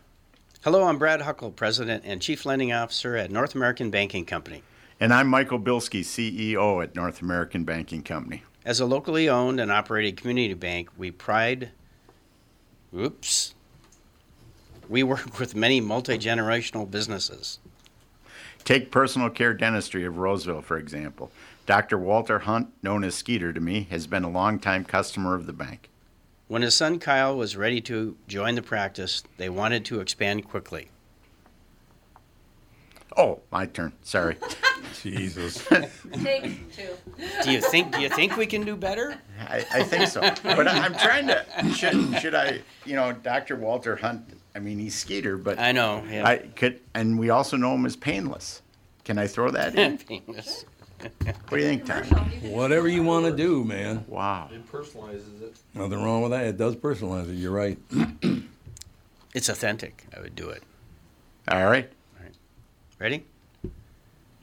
Speaker 9: Hello, I'm Brad Huckle, President and Chief Lending Officer at North American Banking Company.
Speaker 8: And I'm Michael Bilski, CEO at North American Banking Company.
Speaker 9: As a locally owned and operated community bank, we pride. Oops. We work with many multi generational businesses.
Speaker 8: Take personal care dentistry of Roseville, for example. Dr. Walter Hunt, known as Skeeter to me, has been a longtime customer of the bank.
Speaker 9: When his son Kyle was ready to join the practice, they wanted to expand quickly.
Speaker 8: Oh, my turn. Sorry.
Speaker 2: Jesus.
Speaker 10: Take two.
Speaker 9: Do you think do you think we can do better?
Speaker 8: I, I think so. But I- I'm trying to. Should, should I? You know, Dr. Walter Hunt. I mean, he's Skeeter, but
Speaker 9: I know. Yeah.
Speaker 8: I could, and we also know him as Painless. Can I throw that in?
Speaker 9: Penis.
Speaker 8: What do you think, Tom?
Speaker 2: Whatever you want to do, man.
Speaker 5: Ah.
Speaker 8: Wow.
Speaker 7: It personalizes it.
Speaker 2: Nothing wrong with that. It does personalize it. You're right.
Speaker 9: It's authentic. I would do it.
Speaker 8: All right.
Speaker 9: Ready?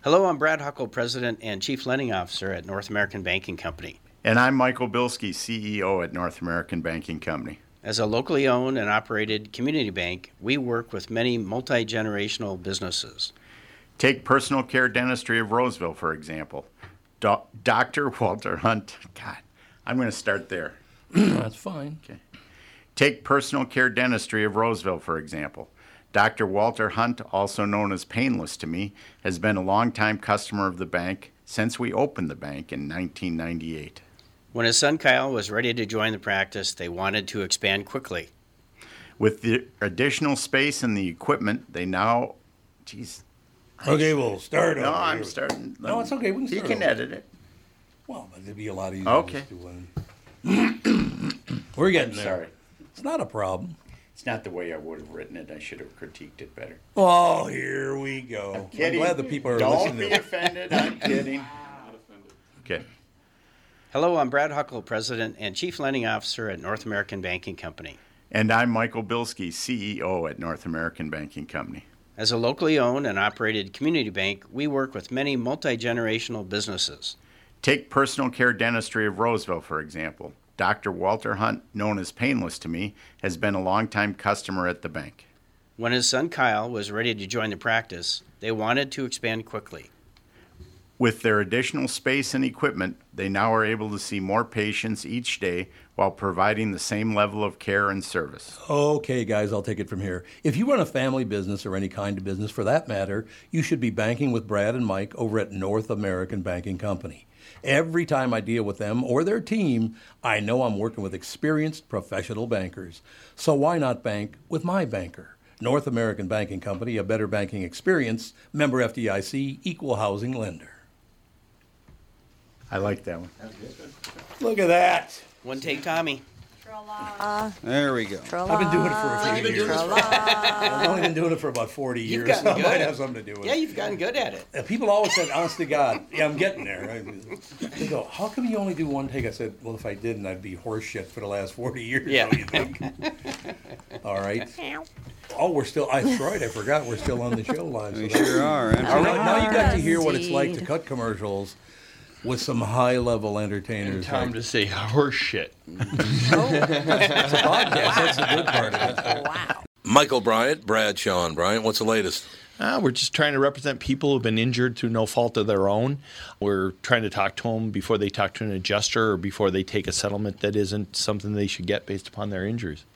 Speaker 9: Hello, I'm Brad Huckle, President and Chief Lending Officer at North American Banking Company.
Speaker 8: And I'm Michael Bilski, CEO at North American Banking Company.
Speaker 9: As a locally owned and operated community bank, we work with many multi generational businesses.
Speaker 8: Take personal care dentistry of Roseville, for example. Doc Dr. Walter Hunt. God, I'm going to start there.
Speaker 2: That's fine.
Speaker 8: Take personal care dentistry of Roseville, for example. Dr. Walter Hunt, also known as Painless to me, has been a longtime customer of the bank since we opened the bank in 1998.
Speaker 9: When his son Kyle was ready to join the practice, they wanted to expand quickly.
Speaker 8: With the additional space and the equipment, they now. Jeez.
Speaker 2: Okay, well, start
Speaker 8: No,
Speaker 2: over.
Speaker 8: I'm starting.
Speaker 2: No, it's okay. We can
Speaker 8: You
Speaker 2: start
Speaker 8: can
Speaker 2: over.
Speaker 8: edit it.
Speaker 2: Well, but it'd be a lot easier.
Speaker 8: Okay.
Speaker 2: just to win. We're getting there.
Speaker 8: Sorry.
Speaker 2: It's not a problem.
Speaker 8: It's not the way I would have written it. I should have critiqued it better.
Speaker 2: Oh, here we go. I'm,
Speaker 8: Kidding.
Speaker 2: glad the people are
Speaker 8: Don't
Speaker 2: listening
Speaker 8: be
Speaker 2: to
Speaker 8: offended. I'm kidding. Okay.
Speaker 9: Hello, I'm Brad Huckle, President and Chief Lending Officer at North American Banking Company.
Speaker 8: And I'm Michael Bilski, CEO at North American Banking Company.
Speaker 9: As a locally owned and operated community bank, we work with many multi generational businesses.
Speaker 8: Take personal care dentistry of Roseville, for example. Dr. Walter Hunt, known as Painless to me, has been a longtime customer at the bank.
Speaker 9: When his son Kyle was ready to join the practice, they wanted to expand quickly.
Speaker 8: With their additional space and equipment, they now are able to see more patients each day while providing the same level of care and service.
Speaker 2: Okay, guys, I'll take it from here. If you run a family business or any kind of business for that matter, you should be banking with Brad and Mike over at North American Banking Company. Every time I deal with them or their team, I know I'm working with experienced professional bankers. So why not bank with my banker? North American Banking Company, a better banking experience, member FDIC, equal housing lender.
Speaker 8: I like that one.
Speaker 2: Look at that.
Speaker 9: One take, Tommy.
Speaker 3: Uh,
Speaker 5: There we go.
Speaker 2: I've been doing it for a few
Speaker 9: You've been doing
Speaker 2: years.
Speaker 9: this
Speaker 2: I've only been doing it for about 40
Speaker 9: You've
Speaker 2: years.
Speaker 9: gotten
Speaker 2: so I might
Speaker 9: good.
Speaker 2: have something to do with
Speaker 9: Yeah,
Speaker 2: it.
Speaker 9: you've gotten good at it.
Speaker 2: And people always said, honest to God, yeah, I'm getting there. I- They go, how come you only do one take? I said, well, if I didn't, I'd be horseshit for the last 40 years.
Speaker 9: Yeah.
Speaker 2: don't you think? All right. Oh, we're still, I, that's right, I forgot, we're still on the show live.
Speaker 5: We
Speaker 2: so that's-
Speaker 5: sure are. And
Speaker 2: All right, now you got to hear what it's like to
Speaker 4: Indeed.
Speaker 2: cut commercials with some high level entertainers.
Speaker 7: Time
Speaker 2: like-
Speaker 7: to say horse shit.
Speaker 2: It's a podcast, that's the good part of it.
Speaker 11: Michael Bryant, Brad Sean Bryant, what's the latest?
Speaker 7: Uh, we're just trying to represent people who've been injured through no fault of their own. We're trying to talk to them before they talk to an adjuster or before they take a settlement that isn't something they should get based upon their injuries.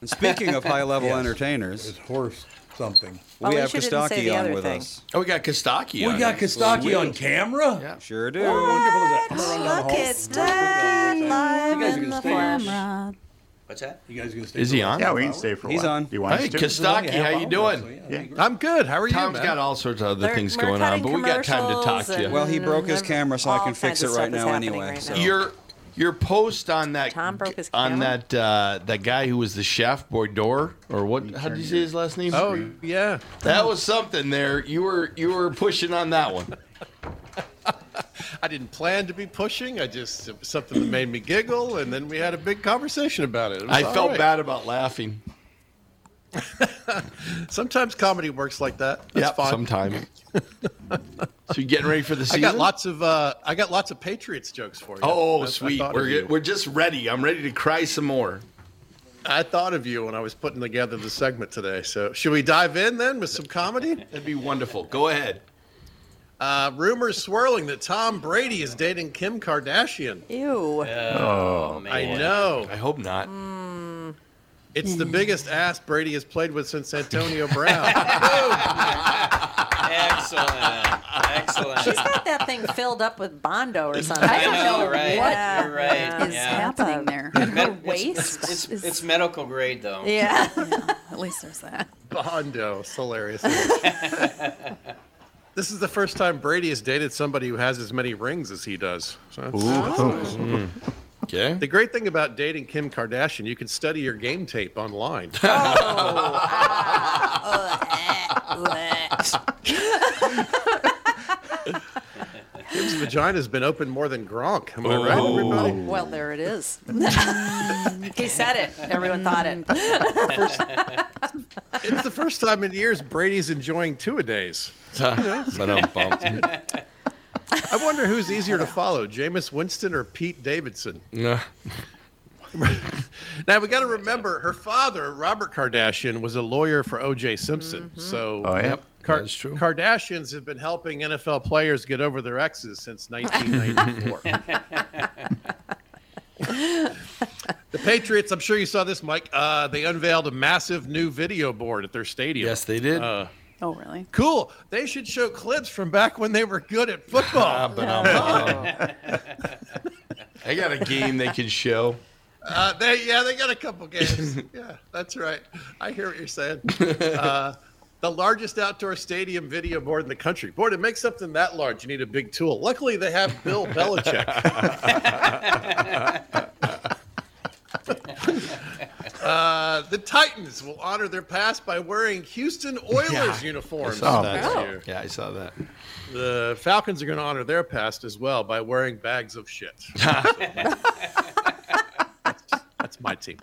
Speaker 5: And speaking of high-level
Speaker 2: Yes.
Speaker 5: entertainers, it's
Speaker 2: horse something.
Speaker 5: we have Kostaki on with us.
Speaker 7: Oh, we got Kostaki.
Speaker 2: We
Speaker 7: on
Speaker 2: got
Speaker 7: us.
Speaker 2: Kostaki on camera.
Speaker 5: Sure do.
Speaker 2: How wonderful is that? I'm gonna run down the
Speaker 4: Look,
Speaker 2: hall.
Speaker 4: it's done live
Speaker 2: guys are
Speaker 4: in
Speaker 2: gonna
Speaker 4: the
Speaker 2: stay here.
Speaker 4: camera.
Speaker 9: What's that?
Speaker 2: You guys gonna stay?
Speaker 7: Is he on?
Speaker 8: Yeah, we can stay for a
Speaker 7: He's
Speaker 8: while.
Speaker 7: on.
Speaker 8: Do you want
Speaker 7: hey,
Speaker 8: us to?
Speaker 7: Kostaki, how you doing? I'm good. How are you? Tom's got all sorts of other
Speaker 8: They're-
Speaker 7: things
Speaker 8: we're
Speaker 7: going on, but
Speaker 8: cutting
Speaker 7: we got time to talk to you.
Speaker 5: Well, he broke his camera, so I can fix it right now anyway. so.
Speaker 7: Your your post on that Tom
Speaker 4: broke his
Speaker 7: on that uh, that guy who was the chef Boydor or what? How did you say his last name?
Speaker 12: Oh, yeah.
Speaker 7: that was something. There, you were you were pushing on that one.
Speaker 12: I didn't plan to be pushing. I just it was something that made me giggle, and then we had a big conversation about it. It was
Speaker 7: I
Speaker 12: all
Speaker 7: felt
Speaker 12: right.
Speaker 7: bad about laughing.
Speaker 12: Sometimes comedy works like that. That's
Speaker 7: Yep,
Speaker 12: fine.
Speaker 7: sometime. so you getting ready for the season?
Speaker 12: I got lots of uh, I got lots of Patriots jokes for you.
Speaker 7: Oh,
Speaker 12: That's- I
Speaker 7: sweet.
Speaker 12: thought of
Speaker 7: We're
Speaker 12: you.
Speaker 7: good. we're just ready. I'm ready to cry some more.
Speaker 12: I thought of you when I was putting together the segment today. So should we dive in then with some comedy? That'd
Speaker 7: be wonderful. Go ahead.
Speaker 12: Uh, rumors swirling that Tom Brady is dating Kim Kardashian.
Speaker 4: Ew.
Speaker 8: Oh,
Speaker 12: I
Speaker 8: man.
Speaker 12: know. Hmm.
Speaker 7: I hope not.
Speaker 12: It's the biggest ass Brady has played with since Antonio Brown.
Speaker 9: Excellent. Excellent.
Speaker 4: She's got that thing filled up with Bondo or something.
Speaker 9: I don't know right.
Speaker 4: what
Speaker 9: You're right.
Speaker 4: is
Speaker 9: yeah.
Speaker 4: happening there.
Speaker 9: Med- it's, it's, it's, it's medical grade though.
Speaker 4: Yeah.
Speaker 3: At least there's that.
Speaker 12: Bondo. It's hilarious. this is the first time Brady has dated somebody who has as many rings as he does. So that's- that's
Speaker 8: Hmm.
Speaker 12: nice.
Speaker 7: Okay.
Speaker 12: The great thing about dating Kim Kardashian, you can study your game tape online. Kim's vagina's been open more than Gronk. Am I right, everybody?
Speaker 4: Oh, Well, there it is. he said it. Everyone thought it.
Speaker 12: It's the first time in years Brady's enjoying two a days.
Speaker 7: Ba-dum-bum.
Speaker 12: I wonder who's easier to follow, Jameis Winston or Pete Davidson.
Speaker 7: Yeah.
Speaker 12: Now we got to remember, her father, Robert Kardashian, was a lawyer for O.J. Simpson.
Speaker 3: Mm-hmm.
Speaker 12: So
Speaker 8: Oh, yeah.
Speaker 12: Kar- Kardashians have been helping NFL players get over their exes since 1994. the Patriots, I'm sure you saw this, Mike. Uh, they unveiled a massive new video board at their stadium. Yes,
Speaker 7: they did.
Speaker 12: Uh,
Speaker 3: Oh, really?
Speaker 12: Cool. They should show clips from back when they were good at football.
Speaker 7: I got a game they could show.
Speaker 12: Uh, they, yeah, they got a couple games. yeah, that's right. I hear what you're saying. Uh, the largest outdoor stadium video board in the country. Boy, to make something that large, you need a big tool. Luckily, they have Bill Belichick. uh, the Titans will honor their past by wearing Houston Oilers
Speaker 7: Yeah,
Speaker 12: uniforms.
Speaker 7: I saw
Speaker 12: this
Speaker 7: that.
Speaker 12: year.
Speaker 7: Yeah, I saw that.
Speaker 12: The Falcons are going to honor their past as well by wearing bags of shit. that's my team.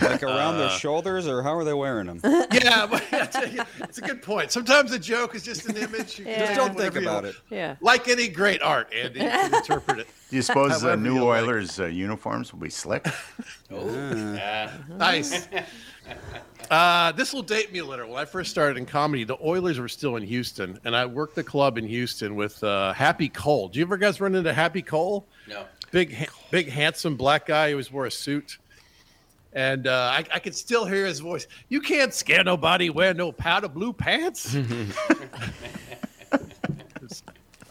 Speaker 5: like around their
Speaker 12: Uh,
Speaker 5: shoulders, or how are they wearing them?
Speaker 12: yeah, but I tell you, it's a good point. Sometimes a joke is just an image. You can
Speaker 5: Just
Speaker 12: do
Speaker 5: don't think
Speaker 12: whatever you
Speaker 5: about
Speaker 12: want.
Speaker 5: it.
Speaker 4: Yeah.
Speaker 12: Like any great art, Andy, you can interpret it.
Speaker 8: Do you suppose the
Speaker 12: however
Speaker 8: new
Speaker 12: you like.
Speaker 8: Oilers uh, uniforms will be slick?
Speaker 12: Nice. Uh, this will date me later. When I first started in comedy, the Oilers were still in Houston, and I worked the club in Houston with uh, Happy Cole. Do you ever guys run into Happy Cole?
Speaker 9: No.
Speaker 12: Big, ha- big, handsome black guy who always wore a suit. And uh, I, I could still hear his voice. You can't scare nobody, wear no powder blue pants.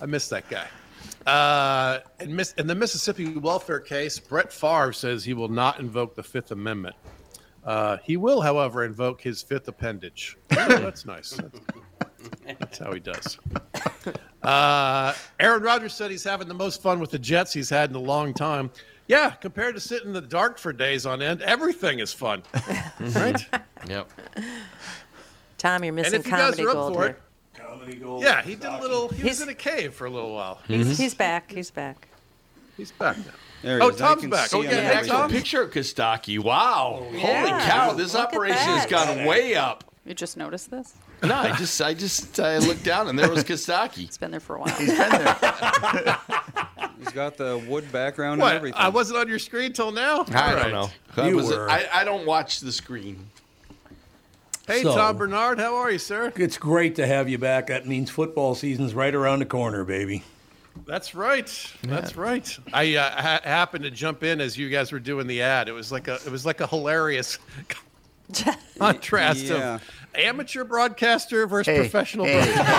Speaker 12: I miss that guy. Uh, in, Miss, in the Mississippi welfare case, Brett Favre says he will not invoke the Fifth Amendment. Uh, he will, however, invoke his fifth appendage. Oh, that's nice. That's, that's how he does. Uh, Aaron Rodgers said he's having the most fun with the Jets he's had in a long time. Yeah, compared to sitting in the dark for days on end, everything is fun. right?
Speaker 7: Yep.
Speaker 4: Tom, you're missing
Speaker 12: and if you guys
Speaker 4: comedy
Speaker 12: are up
Speaker 4: gold
Speaker 12: for
Speaker 4: here.
Speaker 12: it,
Speaker 2: Comedy gold.
Speaker 12: Yeah, he did a little. He was in a cave for a little while.
Speaker 7: Mm-hmm.
Speaker 4: He's, he's back. He's back.
Speaker 12: He's back now.
Speaker 7: There he
Speaker 12: oh,
Speaker 7: is. I
Speaker 12: Tom's
Speaker 7: can
Speaker 12: back.
Speaker 7: see
Speaker 12: Oh,
Speaker 7: him
Speaker 12: yeah,
Speaker 7: there.
Speaker 12: hey,
Speaker 7: There's a
Speaker 12: Tom. Oh,
Speaker 7: picture of Kostaki. Wow. Holy
Speaker 3: Yeah.
Speaker 7: cow, this
Speaker 3: Look at
Speaker 7: operation has
Speaker 3: that.
Speaker 7: gone way up.
Speaker 3: You just noticed this?
Speaker 7: No, I just I just I looked down and there was Kostaki. It's
Speaker 3: been there for a while.
Speaker 5: He's got the wood background
Speaker 12: What?
Speaker 5: and everything.
Speaker 12: I wasn't on your screen till now.
Speaker 7: I
Speaker 12: All
Speaker 7: don't
Speaker 12: right.
Speaker 7: know. I, was- I, I don't watch the screen.
Speaker 12: Hey,
Speaker 2: So-
Speaker 12: Tom Bernard, how are you, sir?
Speaker 2: It's great to have you back. That means football season's right around the corner, baby.
Speaker 12: That's right. That's right. I uh, ha- happened to jump in as you guys were doing the ad. It was like a it was like a hilarious contrast
Speaker 5: Yeah.
Speaker 12: of amateur broadcaster versus professional broadcaster.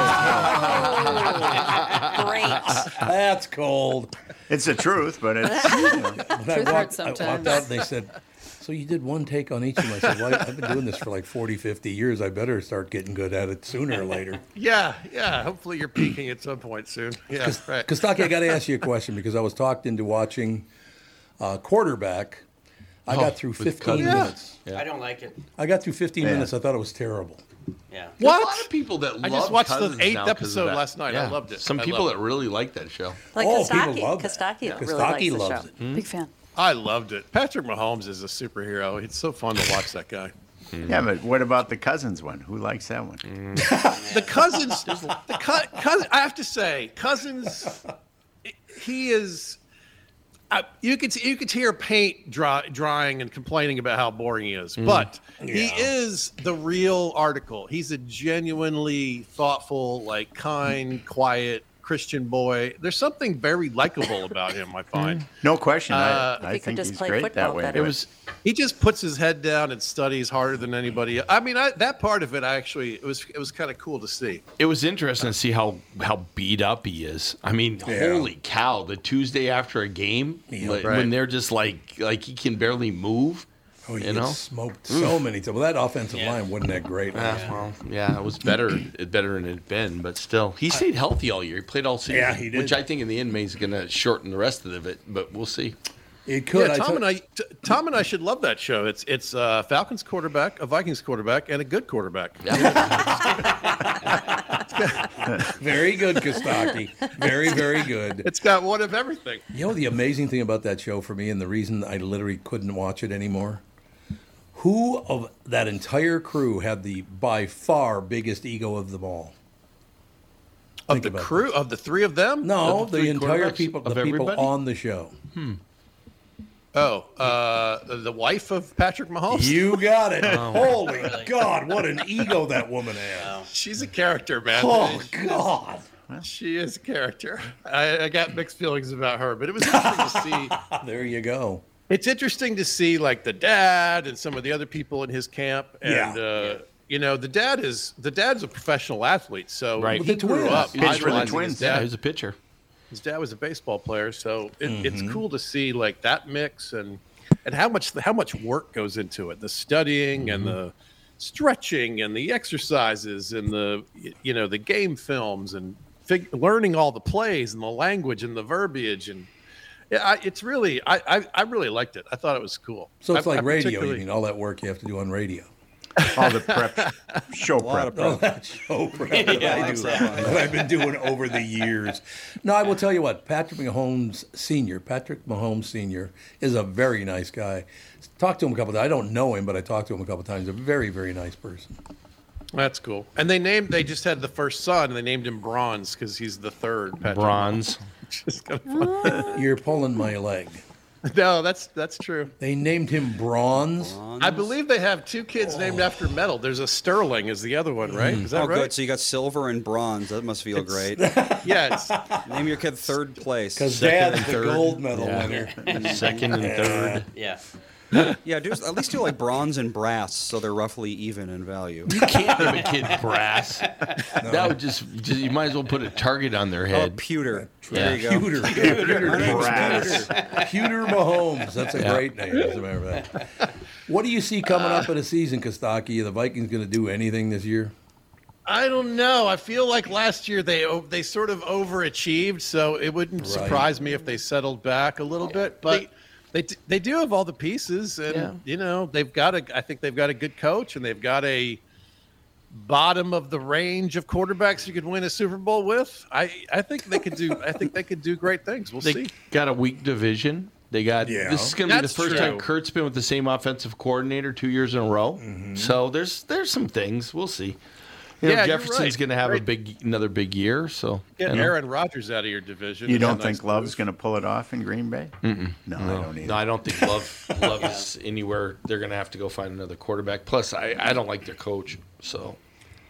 Speaker 2: That's cold.
Speaker 8: It's the truth, but it's.
Speaker 2: When I walked, I
Speaker 8: sometimes.
Speaker 2: walked out and they said, So you did one take on each of them. I said, Well, I've been doing this for like 40, 50 years. I better start getting good at it sooner or later.
Speaker 12: Yeah, yeah. Hopefully you're peaking at some point soon. Yeah, right.
Speaker 2: Kostaki, I got to ask you a question because I was talked into watching uh, quarterback. I
Speaker 9: Oh,
Speaker 2: got through
Speaker 9: with
Speaker 2: 15
Speaker 9: Cousins.
Speaker 2: minutes.
Speaker 9: I don't like it.
Speaker 2: I got through 15
Speaker 9: Yeah.
Speaker 2: minutes. I thought it was terrible.
Speaker 9: Yeah.
Speaker 7: What? A lot of people that
Speaker 12: I
Speaker 7: love
Speaker 12: just watched the
Speaker 7: Cousins
Speaker 12: eighth
Speaker 7: now 'cause of
Speaker 12: episode
Speaker 7: that.
Speaker 12: last night. I loved it.
Speaker 7: Some
Speaker 12: I
Speaker 7: people
Speaker 12: loved
Speaker 7: that really like that show.
Speaker 4: Like
Speaker 12: Oh, people
Speaker 4: Kostaki.
Speaker 12: love that.
Speaker 4: Kostaki
Speaker 12: Yeah.
Speaker 4: really
Speaker 12: Kostaki
Speaker 4: likes
Speaker 12: loves
Speaker 4: the
Speaker 12: it.
Speaker 4: show. Big fan.
Speaker 12: I loved it. Patrick Mahomes is a superhero. It's so fun to watch that guy.
Speaker 8: Yeah, but what about the cousins one? Who likes that one?
Speaker 12: the cousins, the cou- cousin, I have to say, cousins, he is. I, you could you could hear paint dry, drying and complaining about how boring he is,
Speaker 13: Mm.
Speaker 12: but
Speaker 13: Yeah.
Speaker 12: he is the real article. He's a genuinely thoughtful, like kind, quiet Christian boy. There's something very likable about him. I find.
Speaker 8: No question.
Speaker 12: Uh,
Speaker 8: I, I think he's great that way.
Speaker 12: It
Speaker 8: but-
Speaker 12: was. He just puts his head down and studies harder than anybody. I mean, I, that part of it, I actually, it was it was kind of cool to see.
Speaker 7: It was interesting to see how how beat up he is. I mean,
Speaker 12: Yeah.
Speaker 7: holy cow! The Tuesday after a game, like,
Speaker 2: Right.
Speaker 7: when they're just like like he can barely move.
Speaker 2: Oh, he
Speaker 7: you know,
Speaker 2: gets smoked so many times. Well, that offensive line wasn't that great.
Speaker 7: Ah, well, yeah, it was better better than it had been, but still, he stayed healthy all year. He played all season.
Speaker 2: Yeah, he did.
Speaker 7: Which I think in the end may is going to shorten the rest of it, but we'll see.
Speaker 2: It
Speaker 12: Yeah, Tom and I, t- Tom and I should love that show. It's it's uh, Falcons quarterback, a Vikings quarterback, and a good quarterback.
Speaker 2: very good, Kostaki. Very, very good.
Speaker 12: It's got one of everything.
Speaker 2: You know the amazing thing about that show for me, and the reason I literally couldn't watch it anymore. Who of that entire crew had the by far biggest ego of them all?
Speaker 12: Of the crew, of the three of them?
Speaker 2: No,
Speaker 12: Of the
Speaker 2: the,
Speaker 12: three
Speaker 2: entire
Speaker 12: quarterbacks?
Speaker 2: people, the
Speaker 12: Of
Speaker 2: people
Speaker 12: everybody? Hmm.
Speaker 2: on the show.
Speaker 12: Oh, uh, the- the wife of Patrick Mahomes.
Speaker 2: You got it.
Speaker 12: Oh,
Speaker 2: Holy God, what an ego that woman has.
Speaker 12: She's a character, man.
Speaker 2: Oh,
Speaker 12: She is-
Speaker 2: God.
Speaker 12: She is a character. I, I got mixed feelings about her, but it was interesting to see.
Speaker 2: There you go.
Speaker 12: It's interesting to see like the dad and some of the other people in his camp, and
Speaker 2: Yeah.
Speaker 12: uh, you know the dad is the dad's a professional athlete, so
Speaker 7: Right.
Speaker 12: he
Speaker 7: The
Speaker 12: grew
Speaker 7: twins.
Speaker 12: up
Speaker 7: Pitched for the
Speaker 12: idolizing his
Speaker 7: twins.
Speaker 12: dad.
Speaker 7: Yeah, he was a pitcher.
Speaker 12: His dad was a baseball player, so it, it's
Speaker 2: Mm-hmm.
Speaker 7: Mhm.
Speaker 12: cool to see like that mix and and how much how much work goes into it, the studying and
Speaker 2: Mm-hmm.
Speaker 12: the stretching and the exercises and the y- you know the game films and fig- learning all the plays and the language and the verbiage and yeah, I, it's really I, I I really liked it. I thought it was cool.
Speaker 2: So it's
Speaker 12: I-
Speaker 2: like
Speaker 12: I
Speaker 2: radio. You
Speaker 12: particularly-
Speaker 2: mean all that work you have to do on radio?
Speaker 8: All the prep, show prep.
Speaker 2: All that show prep that
Speaker 8: Yeah,
Speaker 2: I
Speaker 8: lots
Speaker 2: do,
Speaker 8: of prep.
Speaker 2: that I've been doing over the years. No, I will tell you what. Patrick Mahomes Senior. Patrick Mahomes Senior is a very nice guy. Talked to him a couple. times. I don't know him, but I talked to him a couple times. A very, very nice person.
Speaker 12: That's cool. And they named they just had the first son and they named him Bronze because he's the third. Patrick.
Speaker 7: Bronze.
Speaker 12: Just kind of fun.
Speaker 2: You're pulling my leg.
Speaker 12: No, that's that's true.
Speaker 2: They named him Bronze.
Speaker 12: I believe they have two kids named after metal. There's a Sterling is the other one,
Speaker 2: Hmm.
Speaker 12: right? Is that
Speaker 5: oh,
Speaker 12: right?
Speaker 5: good. So you got silver and bronze. That must feel great.
Speaker 12: yeah. It's,
Speaker 5: Name your kid third place.
Speaker 2: 'Cause Second Dad's and the third. gold medal Yeah. winner. Second and third.
Speaker 9: Yeah.
Speaker 5: Yeah, do at least do like bronze and brass, so they're roughly even in value.
Speaker 7: You can't give a kid brass. That would just, just you might as well put a target on their head.
Speaker 5: Oh, pewter.
Speaker 7: Yeah.
Speaker 5: There you go.
Speaker 2: Pewter.
Speaker 5: Pewter.
Speaker 2: Pewter.
Speaker 5: Brass.
Speaker 2: Pewter Mahomes. That's a
Speaker 7: Yeah.
Speaker 2: great name, as a matter of fact. What do you see coming up in the season, Kostaki? Are the Vikings going to do anything this year?
Speaker 12: I don't know. I feel like last year they o- they sort of overachieved, so it wouldn't surprise me if they settled back a little bit. But they d- they do have all the pieces, and
Speaker 7: Yeah.
Speaker 12: you know they've got a. I think they've got a good coach, and they've got a bottom of the range of quarterbacks you could win a Super Bowl with. I, I think they could do. I think they could do great things. We'll
Speaker 7: they
Speaker 12: see.
Speaker 7: got a weak division. They got
Speaker 12: Yeah.
Speaker 7: this is going to be the
Speaker 12: That's
Speaker 7: first
Speaker 12: true.
Speaker 7: time Kurt's been with the same offensive coordinator two years in a row.
Speaker 8: Mm-hmm.
Speaker 7: So there's there's some things we'll see. You know,
Speaker 12: Yeah, you're
Speaker 7: Jefferson's
Speaker 12: right.
Speaker 7: going to have a
Speaker 12: Great.
Speaker 7: big another big year. So
Speaker 12: Get
Speaker 7: you know.
Speaker 12: Aaron Rodgers out of your division.
Speaker 8: You
Speaker 12: It's a
Speaker 8: don't
Speaker 12: nice
Speaker 8: think Love's going to pull it off in Green Bay?
Speaker 7: Mm-mm.
Speaker 8: No, I don't either.
Speaker 7: No, I don't think Love Love is anywhere. They're going to have to go find another quarterback. Plus, I, I don't like their coach. So,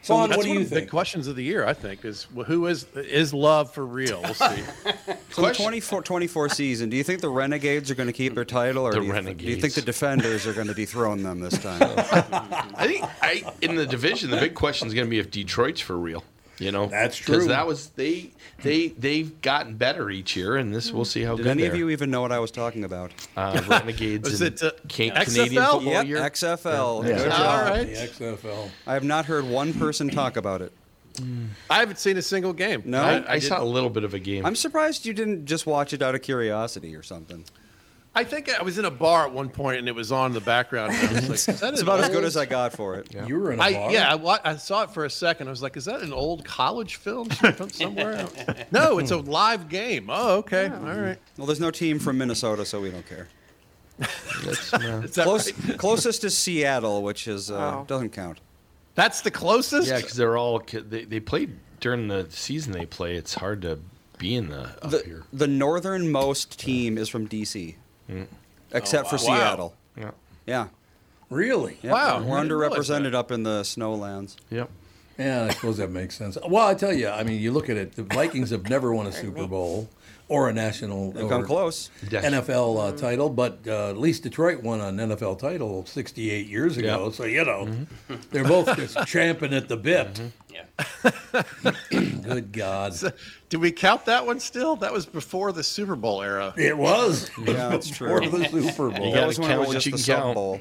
Speaker 12: So that's one of the big questions of the year, I think, is wh- who is is love for real? We'll see.
Speaker 5: So the 24, 24 season, do you think the Renegades are going to keep their title, or
Speaker 7: The
Speaker 5: do, you, do you think
Speaker 7: Renegades.
Speaker 5: the Defenders are going to dethrone them this time?
Speaker 7: I think I in the division, the big question is going to be if Detroit's for real. You know, that's
Speaker 5: true.
Speaker 7: that was they they they've gotten better each year, and this we'll see how
Speaker 5: Did
Speaker 7: good
Speaker 5: any of
Speaker 7: they are.
Speaker 5: you even know what I was talking about?
Speaker 7: Uh, Renegades
Speaker 5: Was
Speaker 7: and
Speaker 5: it, uh,
Speaker 7: Can-
Speaker 5: XFL?
Speaker 7: Canadian football
Speaker 5: Yep,
Speaker 7: year.
Speaker 5: XFL.
Speaker 7: Yeah.
Speaker 5: Good
Speaker 7: Yeah.
Speaker 5: job.
Speaker 12: All right.
Speaker 2: The XFL.
Speaker 5: I have not heard one person talk about it.
Speaker 12: I haven't seen a single game.
Speaker 5: No,
Speaker 12: I,
Speaker 5: did-
Speaker 12: saw.
Speaker 7: little bit of a game.
Speaker 5: I'm surprised you didn't just watch it out of curiosity or something.
Speaker 12: I think I was in a bar at one point and it was on in the background. and I was like, is that
Speaker 5: It's
Speaker 12: an
Speaker 5: about as good
Speaker 12: old-
Speaker 5: as I got for it.
Speaker 2: You were
Speaker 12: I, yeah, I, wa- I saw it for a second. I was like, "Is that an old college film from somewhere?" no, it's a live game. Oh, okay, all right.
Speaker 5: Well, there's no team from Minnesota, so we don't care.
Speaker 7: uh,
Speaker 12: Is that
Speaker 5: Close,
Speaker 12: right?
Speaker 5: Closest is Seattle, which is uh,
Speaker 12: Wow.
Speaker 5: doesn't count.
Speaker 12: That's the closest.
Speaker 7: Yeah, because they're all they they played during the season. They play. It's hard to be in the up
Speaker 5: The,
Speaker 7: here.
Speaker 5: the northernmost team is from DC,
Speaker 7: Mm.
Speaker 5: except
Speaker 7: Oh,
Speaker 5: for
Speaker 7: wow. Wow.
Speaker 5: Seattle.
Speaker 7: Yeah.
Speaker 5: Yeah.
Speaker 2: Really?
Speaker 5: Yeah,
Speaker 2: Wow,
Speaker 5: We're
Speaker 2: I didn't realize
Speaker 5: underrepresented up in the snowlands.
Speaker 7: Yep.
Speaker 2: Yeah, I suppose that makes sense. Well, I tell you, I mean, you look at it. The Vikings have never won a Super Bowl or a national
Speaker 5: They've come
Speaker 2: or
Speaker 5: close.
Speaker 7: Yes.
Speaker 2: NFL uh, title, but uh, at least Detroit won an NFL title 68 years ago.
Speaker 7: Yep.
Speaker 2: So you know, they're both just champing at the bit. Yeah. Good God.
Speaker 12: Do we count that one still? That was before the Super Bowl era.
Speaker 2: It was.
Speaker 5: Yeah, that's true.
Speaker 2: Before the Super Bowl.
Speaker 5: You gotta That was when it count was what just you the can Sub count. Bowl.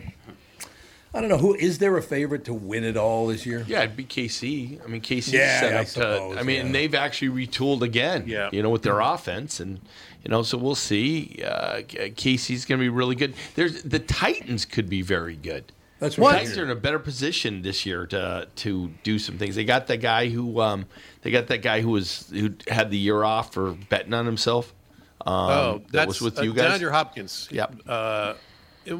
Speaker 2: I don't know who is there a favorite to win it all this year.
Speaker 7: Yeah, it'd be KC. I mean, KC
Speaker 2: Yeah,
Speaker 7: set
Speaker 2: I
Speaker 7: up
Speaker 2: suppose,
Speaker 7: to. I mean,
Speaker 2: yeah.
Speaker 7: and they've actually retooled again. Yeah. You know, with their offense, and you know, so we'll see. Uh, K- KC's going to be really good. There's the Titans could be very good.
Speaker 2: That's
Speaker 7: The
Speaker 2: what I
Speaker 7: Titans
Speaker 2: hear.
Speaker 7: are in a better position this year to to do some things. They got that guy who um, they got that guy who was who had the year off for betting on himself. Um,
Speaker 12: oh, that's
Speaker 7: that was with
Speaker 12: uh,
Speaker 7: you guys.
Speaker 12: DeAndre Hopkins.
Speaker 7: Yep.
Speaker 12: Uh, it-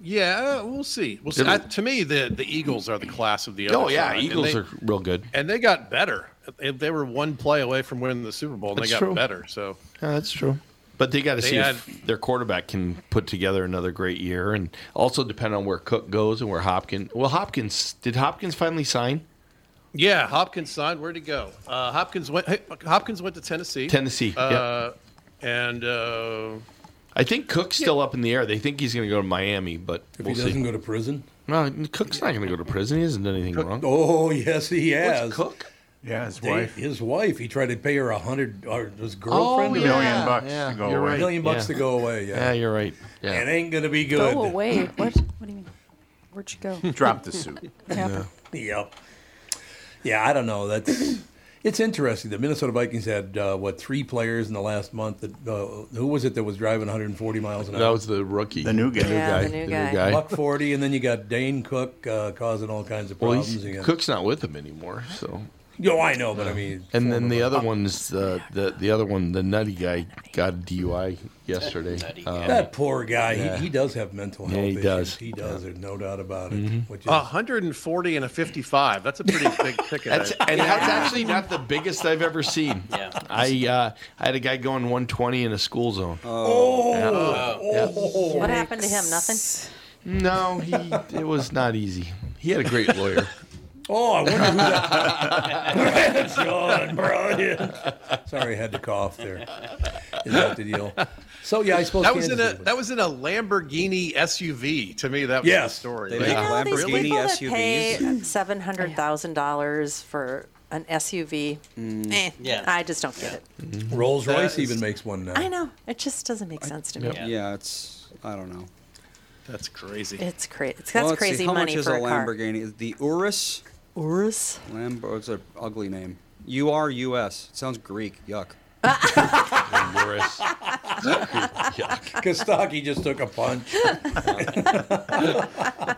Speaker 12: yeah, we'll see. We'll see.
Speaker 7: Did we-
Speaker 12: I, to me, the the Eagles are the class of the. Other
Speaker 7: oh yeah,
Speaker 12: side, and
Speaker 7: Eagles
Speaker 12: they-
Speaker 7: are real good.
Speaker 12: and they got better. They- They were one play away from winning the Super Bowl, and
Speaker 7: That's
Speaker 12: they got
Speaker 7: true.
Speaker 12: better. So
Speaker 7: Yeah, that's true. But they got to
Speaker 12: They
Speaker 7: see if their quarterback can put together another great year, and also depend on where Cook goes and where Hopkins. Well, Hopkins did Hopkins finally sign
Speaker 12: yeah, Hopkins signed. Where'd he go? Uh, Hopkins went. hey, Hopkins went to Tennessee.
Speaker 7: Tennessee, yeah.
Speaker 12: Uh, And uh,
Speaker 7: I think Cook's still up in the air. They think he's going to go to Miami, but
Speaker 2: If
Speaker 7: we'll
Speaker 2: he doesn't
Speaker 7: see.
Speaker 2: go to prison.
Speaker 7: no, Cook's not going to go to prison. He hasn't done anything wrong.
Speaker 2: Oh yes, he
Speaker 7: What's
Speaker 2: has.
Speaker 7: Cook.
Speaker 8: Yeah, his
Speaker 2: They-
Speaker 8: wife.
Speaker 2: His wife. He tried to pay her a hundred or his girlfriend.
Speaker 8: yeah. Million bucks to Yeah, go you're away. right.
Speaker 2: Million bucks to
Speaker 7: Yeah.
Speaker 2: go away. Yeah.
Speaker 7: Yeah, you're right. Yeah.
Speaker 2: It ain't gonna be good.
Speaker 3: Go away. What? What do you mean? Where'd you go?
Speaker 8: Drop the suit.
Speaker 3: Yeah.
Speaker 2: Yep. Yeah, I don't know. That's it's interesting. The Minnesota Vikings had uh, what three players in the last month? That uh, who was it that was driving 140 miles an hour?
Speaker 7: That was the rookie,
Speaker 8: The new guy.
Speaker 2: Yeah,
Speaker 8: the new guy.
Speaker 2: Buck 40, and then you got Dane Cook uh, causing all kinds of
Speaker 7: Well,
Speaker 2: problems.
Speaker 7: he's,
Speaker 2: You got-
Speaker 7: Cook's not with him anymore, so.
Speaker 2: Yo, I know, but I mean,
Speaker 7: And then the other one's the, the the other one, the nutty guy, got a DUI yesterday. Um,
Speaker 2: that poor guy.
Speaker 7: yeah.
Speaker 2: He, he does have mental
Speaker 7: Yeah,
Speaker 2: health
Speaker 7: he
Speaker 2: issues.
Speaker 7: does.
Speaker 2: He does. There's no doubt about it.
Speaker 7: Mhm.
Speaker 2: Which is
Speaker 12: 140 Hmm. and a 55. That's a pretty big ticket.
Speaker 7: That's, and that's actually not the biggest I've ever seen. Yeah. I uh, I had a guy going 120 in a school zone.
Speaker 4: Oh.
Speaker 7: Yeah. Yeah.
Speaker 4: What happened to him? Nothing.
Speaker 7: No, he. It was not easy. He had a great lawyer.
Speaker 2: Oh, I wonder who that. Brilliant, John, brilliant. Sorry, I had to cough there. Is that the deal? So yeah, I suppose
Speaker 12: that was in
Speaker 2: Kansas
Speaker 12: a that was in a Lamborghini SUV. To me, that was
Speaker 2: Yes.
Speaker 12: the story.
Speaker 5: They make
Speaker 4: All these
Speaker 5: Lamborghini
Speaker 4: people that
Speaker 5: SUVs.
Speaker 4: pay seven hundred thousand dollars for an SUV. Eh,
Speaker 5: Mm. Yeah.
Speaker 4: I just don't get it.
Speaker 7: Mm-hmm.
Speaker 2: Rolls
Speaker 5: That
Speaker 2: Royce
Speaker 5: is-
Speaker 2: even makes one now.
Speaker 4: I know it just doesn't make sense to me.
Speaker 5: Yeah. it's I don't know.
Speaker 12: That's crazy.
Speaker 4: It's crazy. That's
Speaker 5: Well, let's see,
Speaker 4: crazy
Speaker 5: how
Speaker 4: money
Speaker 5: much is
Speaker 4: for
Speaker 5: a
Speaker 4: a, car.
Speaker 5: Lamborghini? Is The Urus.
Speaker 4: Urus.
Speaker 5: Lambo. It's an ugly name. U R U S. Sounds Greek. Yuck.
Speaker 12: Morris.
Speaker 2: Kostaki just took a punch.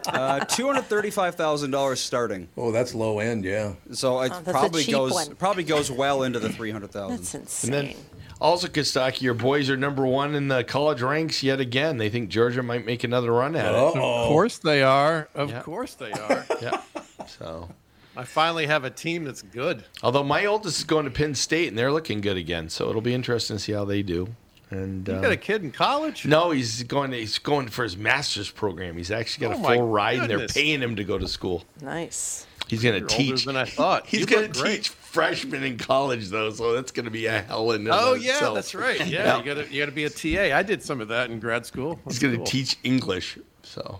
Speaker 5: Uh, two hundred thirty-five thousand dollars starting.
Speaker 2: Oh, that's low end, yeah.
Speaker 5: So it
Speaker 4: Oh, that's a
Speaker 5: probably
Speaker 4: cheap
Speaker 5: goes
Speaker 4: one.
Speaker 5: probably goes well into the three hundred thousand.
Speaker 4: That's
Speaker 7: And
Speaker 4: insane.
Speaker 7: then also, Kostaki, your boys are number one in the college ranks yet again. They think Georgia might make another run at it.
Speaker 12: Of course they are. Of course they are.
Speaker 7: yeah. So,
Speaker 12: I finally have a team that's good.
Speaker 7: although my oldest is going to Penn State and they're looking good again, so it'll be interesting to see how they do. And
Speaker 12: You
Speaker 7: uh,
Speaker 12: got a kid in college?
Speaker 7: no, he's going. To, he's going for his master's program. He's actually got
Speaker 12: Oh
Speaker 7: a
Speaker 12: my
Speaker 7: full ride, and they're
Speaker 12: goodness.
Speaker 7: paying him to go to school.
Speaker 4: Nice.
Speaker 7: He's going to
Speaker 12: You're older
Speaker 7: teach.
Speaker 12: than I thought.
Speaker 7: He's
Speaker 12: You
Speaker 7: going
Speaker 12: look
Speaker 7: to
Speaker 12: great.
Speaker 7: teach freshmen in college, though, so "Oh, that's going to be a hell in. and
Speaker 12: Oh
Speaker 7: of
Speaker 12: yeah,
Speaker 7: itself.
Speaker 12: that's right. Yeah, you gotta you gotta be a TA. I did some of that in grad school.
Speaker 7: He's
Speaker 12: That's
Speaker 7: going to
Speaker 12: cool.
Speaker 7: teach English. So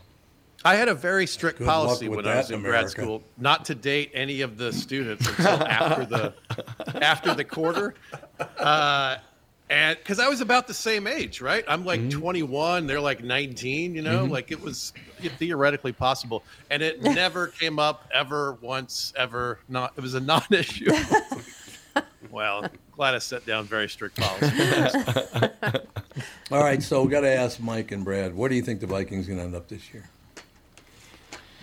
Speaker 12: I had a very strict
Speaker 7: Good luck
Speaker 12: policy
Speaker 7: with
Speaker 12: when
Speaker 7: that
Speaker 12: I was
Speaker 7: in
Speaker 12: in grad
Speaker 7: America.
Speaker 12: school not to date any of the students until after the after the quarter, uh, and because I was about the same age, right? I'm like
Speaker 7: Mm-hmm.
Speaker 12: 21, they're like 19. You know,
Speaker 13: Mhm.
Speaker 12: like it was theoretically possible, and it never came up ever once ever. Not it was a non-issue. well, glad I set down very strict policies.
Speaker 2: All right, so we got to ask Mike and Brad, where do you think the Vikings going to end up this year?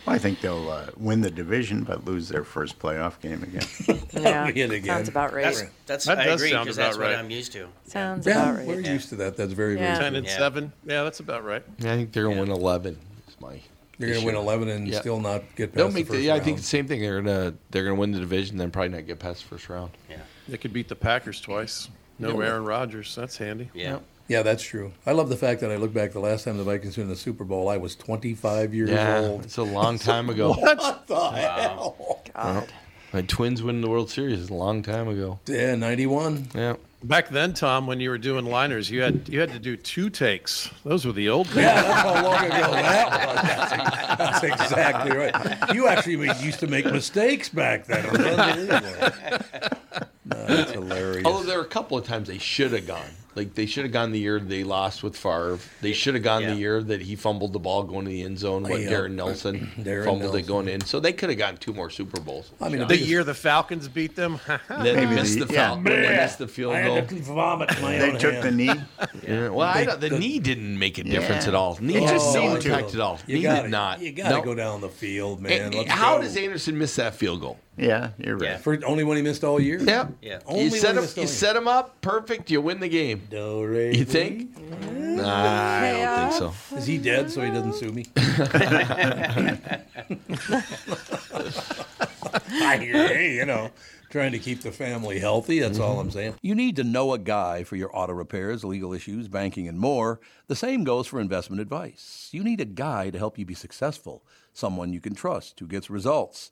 Speaker 8: Well, I think they'll uh, win the division, but lose their first playoff game again.
Speaker 4: Yeah. Sounds about right.
Speaker 9: That's, that's
Speaker 12: That
Speaker 9: I
Speaker 12: does
Speaker 9: agree
Speaker 12: sound
Speaker 9: because that's
Speaker 12: about
Speaker 9: what
Speaker 12: right.
Speaker 9: I'm used to.
Speaker 4: Sounds
Speaker 2: Yeah,
Speaker 4: about right.
Speaker 2: we're used to that. That's very, very
Speaker 4: Yeah.
Speaker 2: good.
Speaker 12: Ten and
Speaker 9: Yeah.
Speaker 12: seven. Yeah, that's about right.
Speaker 7: I think they're going to win eleven. Is my
Speaker 2: You're going to win 11 and still not get past
Speaker 7: They'll
Speaker 2: the
Speaker 7: make the,
Speaker 2: first
Speaker 7: yeah, I
Speaker 2: round.
Speaker 7: think the same thing. They're gonna they're gonna win the division, then probably not get past the first round.
Speaker 9: Yeah.
Speaker 12: They could beat the Packers twice. No
Speaker 7: Yeah.
Speaker 12: Aaron Rodgers. That's handy.
Speaker 9: Yeah.
Speaker 2: Yeah, that's true. I love the fact that I look back the last time the Vikings were in the Super Bowl, I was 25 years
Speaker 7: Yeah,
Speaker 2: old.
Speaker 7: it's a long time ago.
Speaker 2: What, the hell?
Speaker 7: Well, my twins win the World Series a long time ago.
Speaker 2: Yeah, 91.
Speaker 7: Yeah.
Speaker 12: Back then, Tom, when you were doing liners, you had you had to do two takes. Those were the old days.
Speaker 2: Yeah, that's how long ago that was. That's, that's exactly right. You actually ma- used to make mistakes back then. It was unbelievable. No, that's hilarious.
Speaker 7: Although Oh, there were a couple of times they should have gone. Like they should have gone the year they lost with Favre. They should have gone
Speaker 9: Yeah.
Speaker 7: the year that he fumbled the ball going to the end zone. What
Speaker 2: Yeah.
Speaker 7: Darren Nelson
Speaker 2: Darren
Speaker 7: fumbled
Speaker 2: Nelson.
Speaker 7: it going in. So they could have gotten two more Super Bowls.
Speaker 2: I mean,
Speaker 7: Yeah.
Speaker 12: The year the Falcons beat them.
Speaker 7: They missed the
Speaker 8: yeah.
Speaker 7: foul. they missed the field
Speaker 2: I
Speaker 7: goal.
Speaker 2: had to vomit in my
Speaker 8: they
Speaker 2: own
Speaker 8: took the
Speaker 2: hand.
Speaker 8: knee.
Speaker 7: Yeah, Well, I
Speaker 2: They-
Speaker 7: don't, the,
Speaker 2: the-
Speaker 7: knee didn't make a difference
Speaker 8: Yeah.
Speaker 7: at all. Knee
Speaker 8: It
Speaker 7: just
Speaker 8: just
Speaker 7: didn't
Speaker 8: seemed to.
Speaker 7: impact at all.
Speaker 2: You
Speaker 7: knee
Speaker 2: gotta,
Speaker 7: did not.
Speaker 2: You got to
Speaker 7: No.
Speaker 2: go down the field,
Speaker 7: Eh,
Speaker 2: man.
Speaker 7: eh,
Speaker 2: Let's
Speaker 7: How
Speaker 2: go.
Speaker 7: does Anderson miss that field goal?
Speaker 8: Yeah, you're right.
Speaker 2: For only one he missed all year.
Speaker 7: Yeah.
Speaker 9: Yeah.
Speaker 2: Only
Speaker 7: you
Speaker 2: one
Speaker 7: set him.
Speaker 2: missed all
Speaker 7: You
Speaker 2: year.
Speaker 7: set him up perfect. You win the game.
Speaker 2: Do, re, mi.
Speaker 7: You think? Nah, I don't think so.
Speaker 2: Is he dead so he doesn't sue me? I hear, hey, you know, trying to keep the family healthy. That's all I'm saying. You need to know a guy for your auto repairs, legal issues, banking, and more. The same goes for investment advice. You need a guy to help you be successful, someone you can trust who gets results.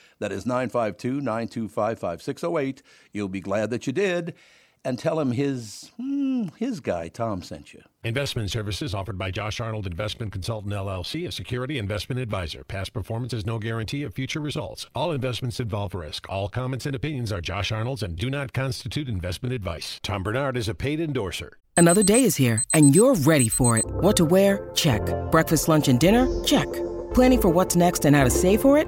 Speaker 2: That is 952 925 5608. You'll be glad that you did, and tell him his, hmm, his guy, Tom, sent you.
Speaker 14: Investment services offered by Josh Arnold Investment Consultant LLC, a security investment advisor. Past performance is no guarantee of future results. All investments involve risk. All comments and opinions are Josh Arnold's and do not constitute investment advice. Tom Bernard is a paid endorser.
Speaker 15: Another day is here, and you're ready for it. What to wear? Check. Breakfast, lunch, and dinner? Check. Planning for what's next and how to save for it?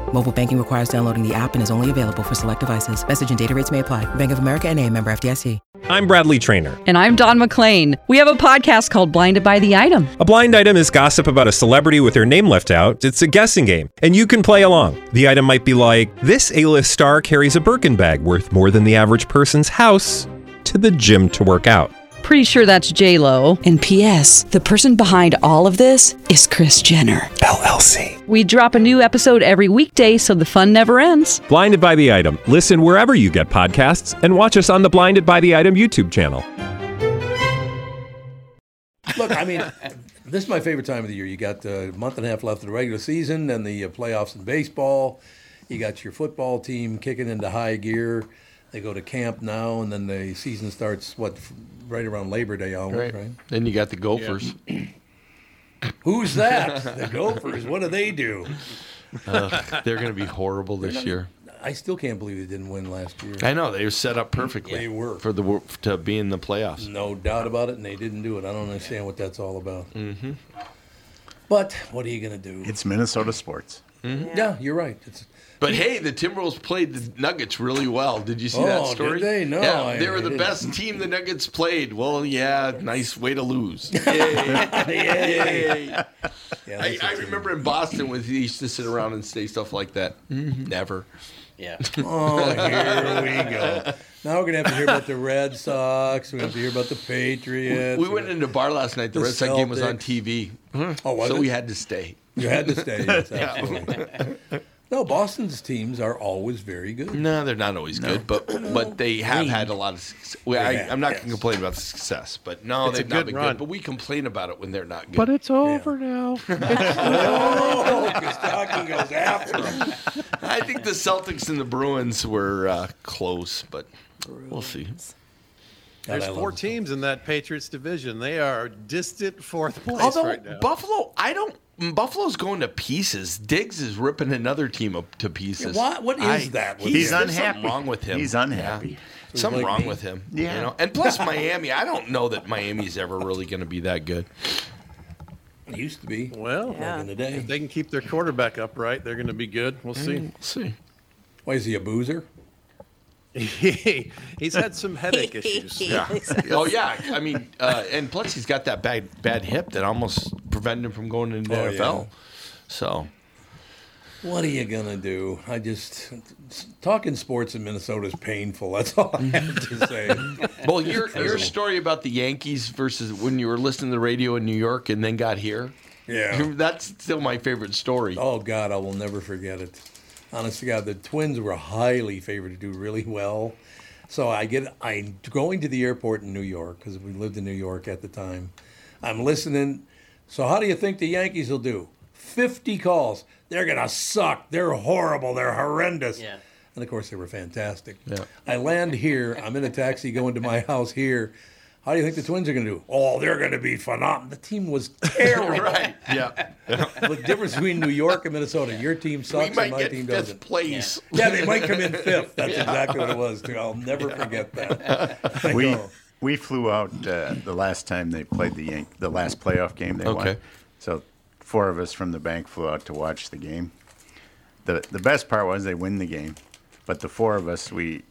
Speaker 15: Mobile banking requires downloading the app and is only available for select devices. Message and data rates may apply. Bank of America and a member FDIC.
Speaker 16: I'm Bradley Trainer.
Speaker 17: And I'm Don McClain. We have a podcast called Blinded by the Item.
Speaker 16: A blind item is gossip about a celebrity with their name left out. It's a guessing game, and you can play along. The item might be like this: A-list star carries a Birkin bag worth more than the average person's house to the gym to work out.
Speaker 17: Pretty sure that's J Lo. And P.S. The person behind all of this is Chris Jenner LLC. We drop a new episode every weekday, so the fun never ends.
Speaker 16: Blinded by the item. Listen wherever you get podcasts, and watch us on the Blinded by the Item YouTube channel.
Speaker 2: Look, I mean, this is my favorite time of the year. You got a month and a half left of the regular season and the uh, playoffs in baseball. You got your football team kicking into high gear. They go to camp now, and then the season starts what f- right around Labor Day, almost right?
Speaker 7: Right. Then you got the Gophers.
Speaker 2: Who's that? the Gophers. What do they do?
Speaker 7: Ugh, they're going to be horrible
Speaker 2: They're
Speaker 7: this
Speaker 2: not-
Speaker 7: year.
Speaker 2: I still can't believe they didn't win last year.
Speaker 7: I know they were set up perfectly.
Speaker 2: They were.
Speaker 7: for the wor- to be in the playoffs.
Speaker 2: No doubt about it, and they didn't do it. I don't understand what that's all about. Mm-hmm. But what are you going to do?
Speaker 8: It's Minnesota sports.
Speaker 2: Yeah. you're right. It's
Speaker 7: But hey, the Timberwolves played the Nuggets really well. Did you see
Speaker 2: Oh,
Speaker 7: that
Speaker 2: did
Speaker 7: story?
Speaker 2: they? No,
Speaker 7: yeah,
Speaker 2: I-
Speaker 7: they were
Speaker 2: I
Speaker 7: the
Speaker 2: didn't.
Speaker 7: best team the Nuggets played. Well, yeah, nice way to lose. Yay. Yay. I, I remember in Boston when they used to sit around and say stuff like that. Never.
Speaker 2: Mm-hmm.
Speaker 9: Yeah.
Speaker 2: Oh, here we go. Now we're going to have to hear about the Red Sox. We're going to have to hear about the Patriots.
Speaker 7: We went into a bar last night. The,
Speaker 2: The
Speaker 7: Red Sox game was on
Speaker 2: Celtics.
Speaker 7: TV.
Speaker 2: Oh, was
Speaker 7: so
Speaker 2: it?
Speaker 7: we had to stay.
Speaker 2: You had to stay. Yes,
Speaker 7: Yeah.
Speaker 2: absolutely. No, Boston's teams are always very good.
Speaker 7: No, they're not always good, but but they have had a lot of. success. Well, I,
Speaker 2: They have,
Speaker 7: I'm not going to complain about the success, but no,
Speaker 12: It's a
Speaker 7: they've not
Speaker 12: good
Speaker 7: been
Speaker 12: run.
Speaker 7: good. But we complain about it when they're not good.
Speaker 12: But it's over now.
Speaker 7: I think the Celtics and the Bruins were uh, close, but we'll see.
Speaker 12: There's four teams in that Patriots division. They are distant fourth place
Speaker 7: Although
Speaker 12: right now.
Speaker 7: Buffalo, I don't. Buffalo's going to pieces. Diggs is ripping another team up to pieces.
Speaker 12: Yeah, what- what is that with
Speaker 7: he's
Speaker 12: him?
Speaker 7: unhappy. Something
Speaker 12: He's
Speaker 7: wrong with him.
Speaker 8: He's unhappy.
Speaker 7: Yeah. Something
Speaker 8: like
Speaker 7: wrong
Speaker 8: me.
Speaker 7: with him.
Speaker 8: Yeah.
Speaker 7: You know? And plus, Miami. I don't know that Miami's ever really going to be that good.
Speaker 2: It used to be.
Speaker 12: Well,
Speaker 2: Yeah. in the day.
Speaker 12: if they can keep their quarterback upright, they're going to be good. We'll see.
Speaker 7: Mm, we'll see.
Speaker 2: Why is he a boozer?
Speaker 12: He's had some headache issues.
Speaker 7: Yeah. oh yeah. I mean, uh, and plus he's got that bad bad hip that almost prevented him from going into the
Speaker 2: Oh, yeah.
Speaker 7: NFL. So
Speaker 2: What are you going to do? I just. Talking sports in Minnesota is painful. That's all I have to say.
Speaker 7: Well, your your story about the Yankees versus when you were listening to the radio in New York and then got here.
Speaker 2: Yeah.
Speaker 7: That's still my favorite story.
Speaker 2: Oh God, I will never forget it. Honest to God, the Twins were highly favored to do really well. So I get I'm going to the airport in New York because we lived in New York at the time. I'm listening. So how do you think the Yankees will do? Fifty calls. They're gonna suck. They're horrible. They're horrendous.
Speaker 9: Yeah.
Speaker 2: And of course, they were fantastic. I land here. I'm in a taxi going to my house here. How do you think the Twins are going to do? Oh, they're going to be phenomenal. The team was terrible.
Speaker 7: right. Yeah.
Speaker 2: the difference between New York and Minnesota, your team sucks
Speaker 7: might
Speaker 2: and my
Speaker 7: get
Speaker 2: team
Speaker 7: fifth
Speaker 2: doesn't.
Speaker 7: place.
Speaker 2: Yeah. they might come in fifth. That's
Speaker 7: Yeah.
Speaker 2: exactly what it was, too. I'll never forget that. I
Speaker 8: we
Speaker 2: know.
Speaker 8: we flew out uh, the last time they played the Yank, the last playoff game they
Speaker 7: Okay.
Speaker 8: won. So four of us from the bank flew out to watch the game. the The best part was they win the game, but the four of us we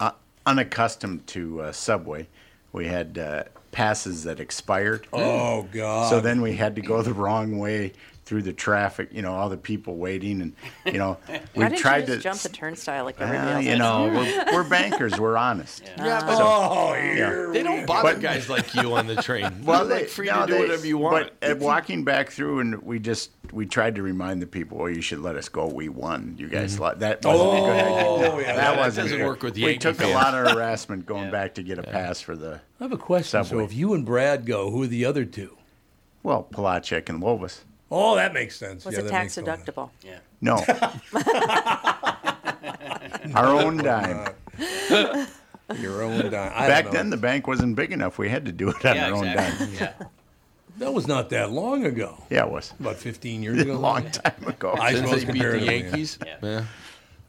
Speaker 8: uh, unaccustomed to uh, Subway, we had uh, passes that expired.
Speaker 2: Oh, God.
Speaker 8: So then we had to go the wrong way through the traffic. You know, all the people waiting, and you know, we
Speaker 4: Why didn't
Speaker 8: tried
Speaker 4: you just
Speaker 8: to
Speaker 4: jump the turnstile like everybody
Speaker 8: Ah,
Speaker 4: else?
Speaker 8: you know, we're, we're bankers. We're honest.
Speaker 7: Yeah, but-
Speaker 2: Oh,
Speaker 8: here
Speaker 7: They don't bother
Speaker 8: But-
Speaker 7: guys like you on the train.
Speaker 8: Well,
Speaker 7: You're, like,
Speaker 8: they,
Speaker 7: free
Speaker 8: no,
Speaker 7: to do
Speaker 8: they-
Speaker 7: whatever you want.
Speaker 8: But at walking back through, and we just we tried to remind the people, "Oh, you should let us go. We won. You guys,
Speaker 7: Mm-hmm.
Speaker 8: lo- that wasn't a good idea.
Speaker 2: Oh, yeah,
Speaker 8: that
Speaker 2: that
Speaker 8: wasn't
Speaker 2: doesn't
Speaker 8: good.
Speaker 2: work with
Speaker 8: We
Speaker 2: Yankee
Speaker 8: took
Speaker 2: fans.
Speaker 8: a lot of harassment going back to get a pass for the
Speaker 2: I have a question. So
Speaker 8: Subway.
Speaker 2: if you and Brad go, who are the other two?
Speaker 8: well, Palachek and Lobos.
Speaker 2: Oh, that makes sense.
Speaker 4: Was
Speaker 2: Yeah,
Speaker 4: it
Speaker 2: that
Speaker 4: tax
Speaker 2: makes total-
Speaker 4: deductible?
Speaker 9: Yeah.
Speaker 8: No, our own dime.
Speaker 2: Your own dime. I
Speaker 8: Back
Speaker 2: don't know.
Speaker 8: then, the bank wasn't big enough. We had to do it on
Speaker 2: Yeah,
Speaker 8: our own
Speaker 2: exactly.
Speaker 8: dime.
Speaker 9: Yeah.
Speaker 2: That was not that long ago.
Speaker 8: Yeah, it was
Speaker 2: About 15 years ago.
Speaker 8: a long time ago.
Speaker 2: I
Speaker 7: Since
Speaker 2: suppose
Speaker 7: they beat the
Speaker 2: comparatively, yeah.
Speaker 7: Yankees. Yeah.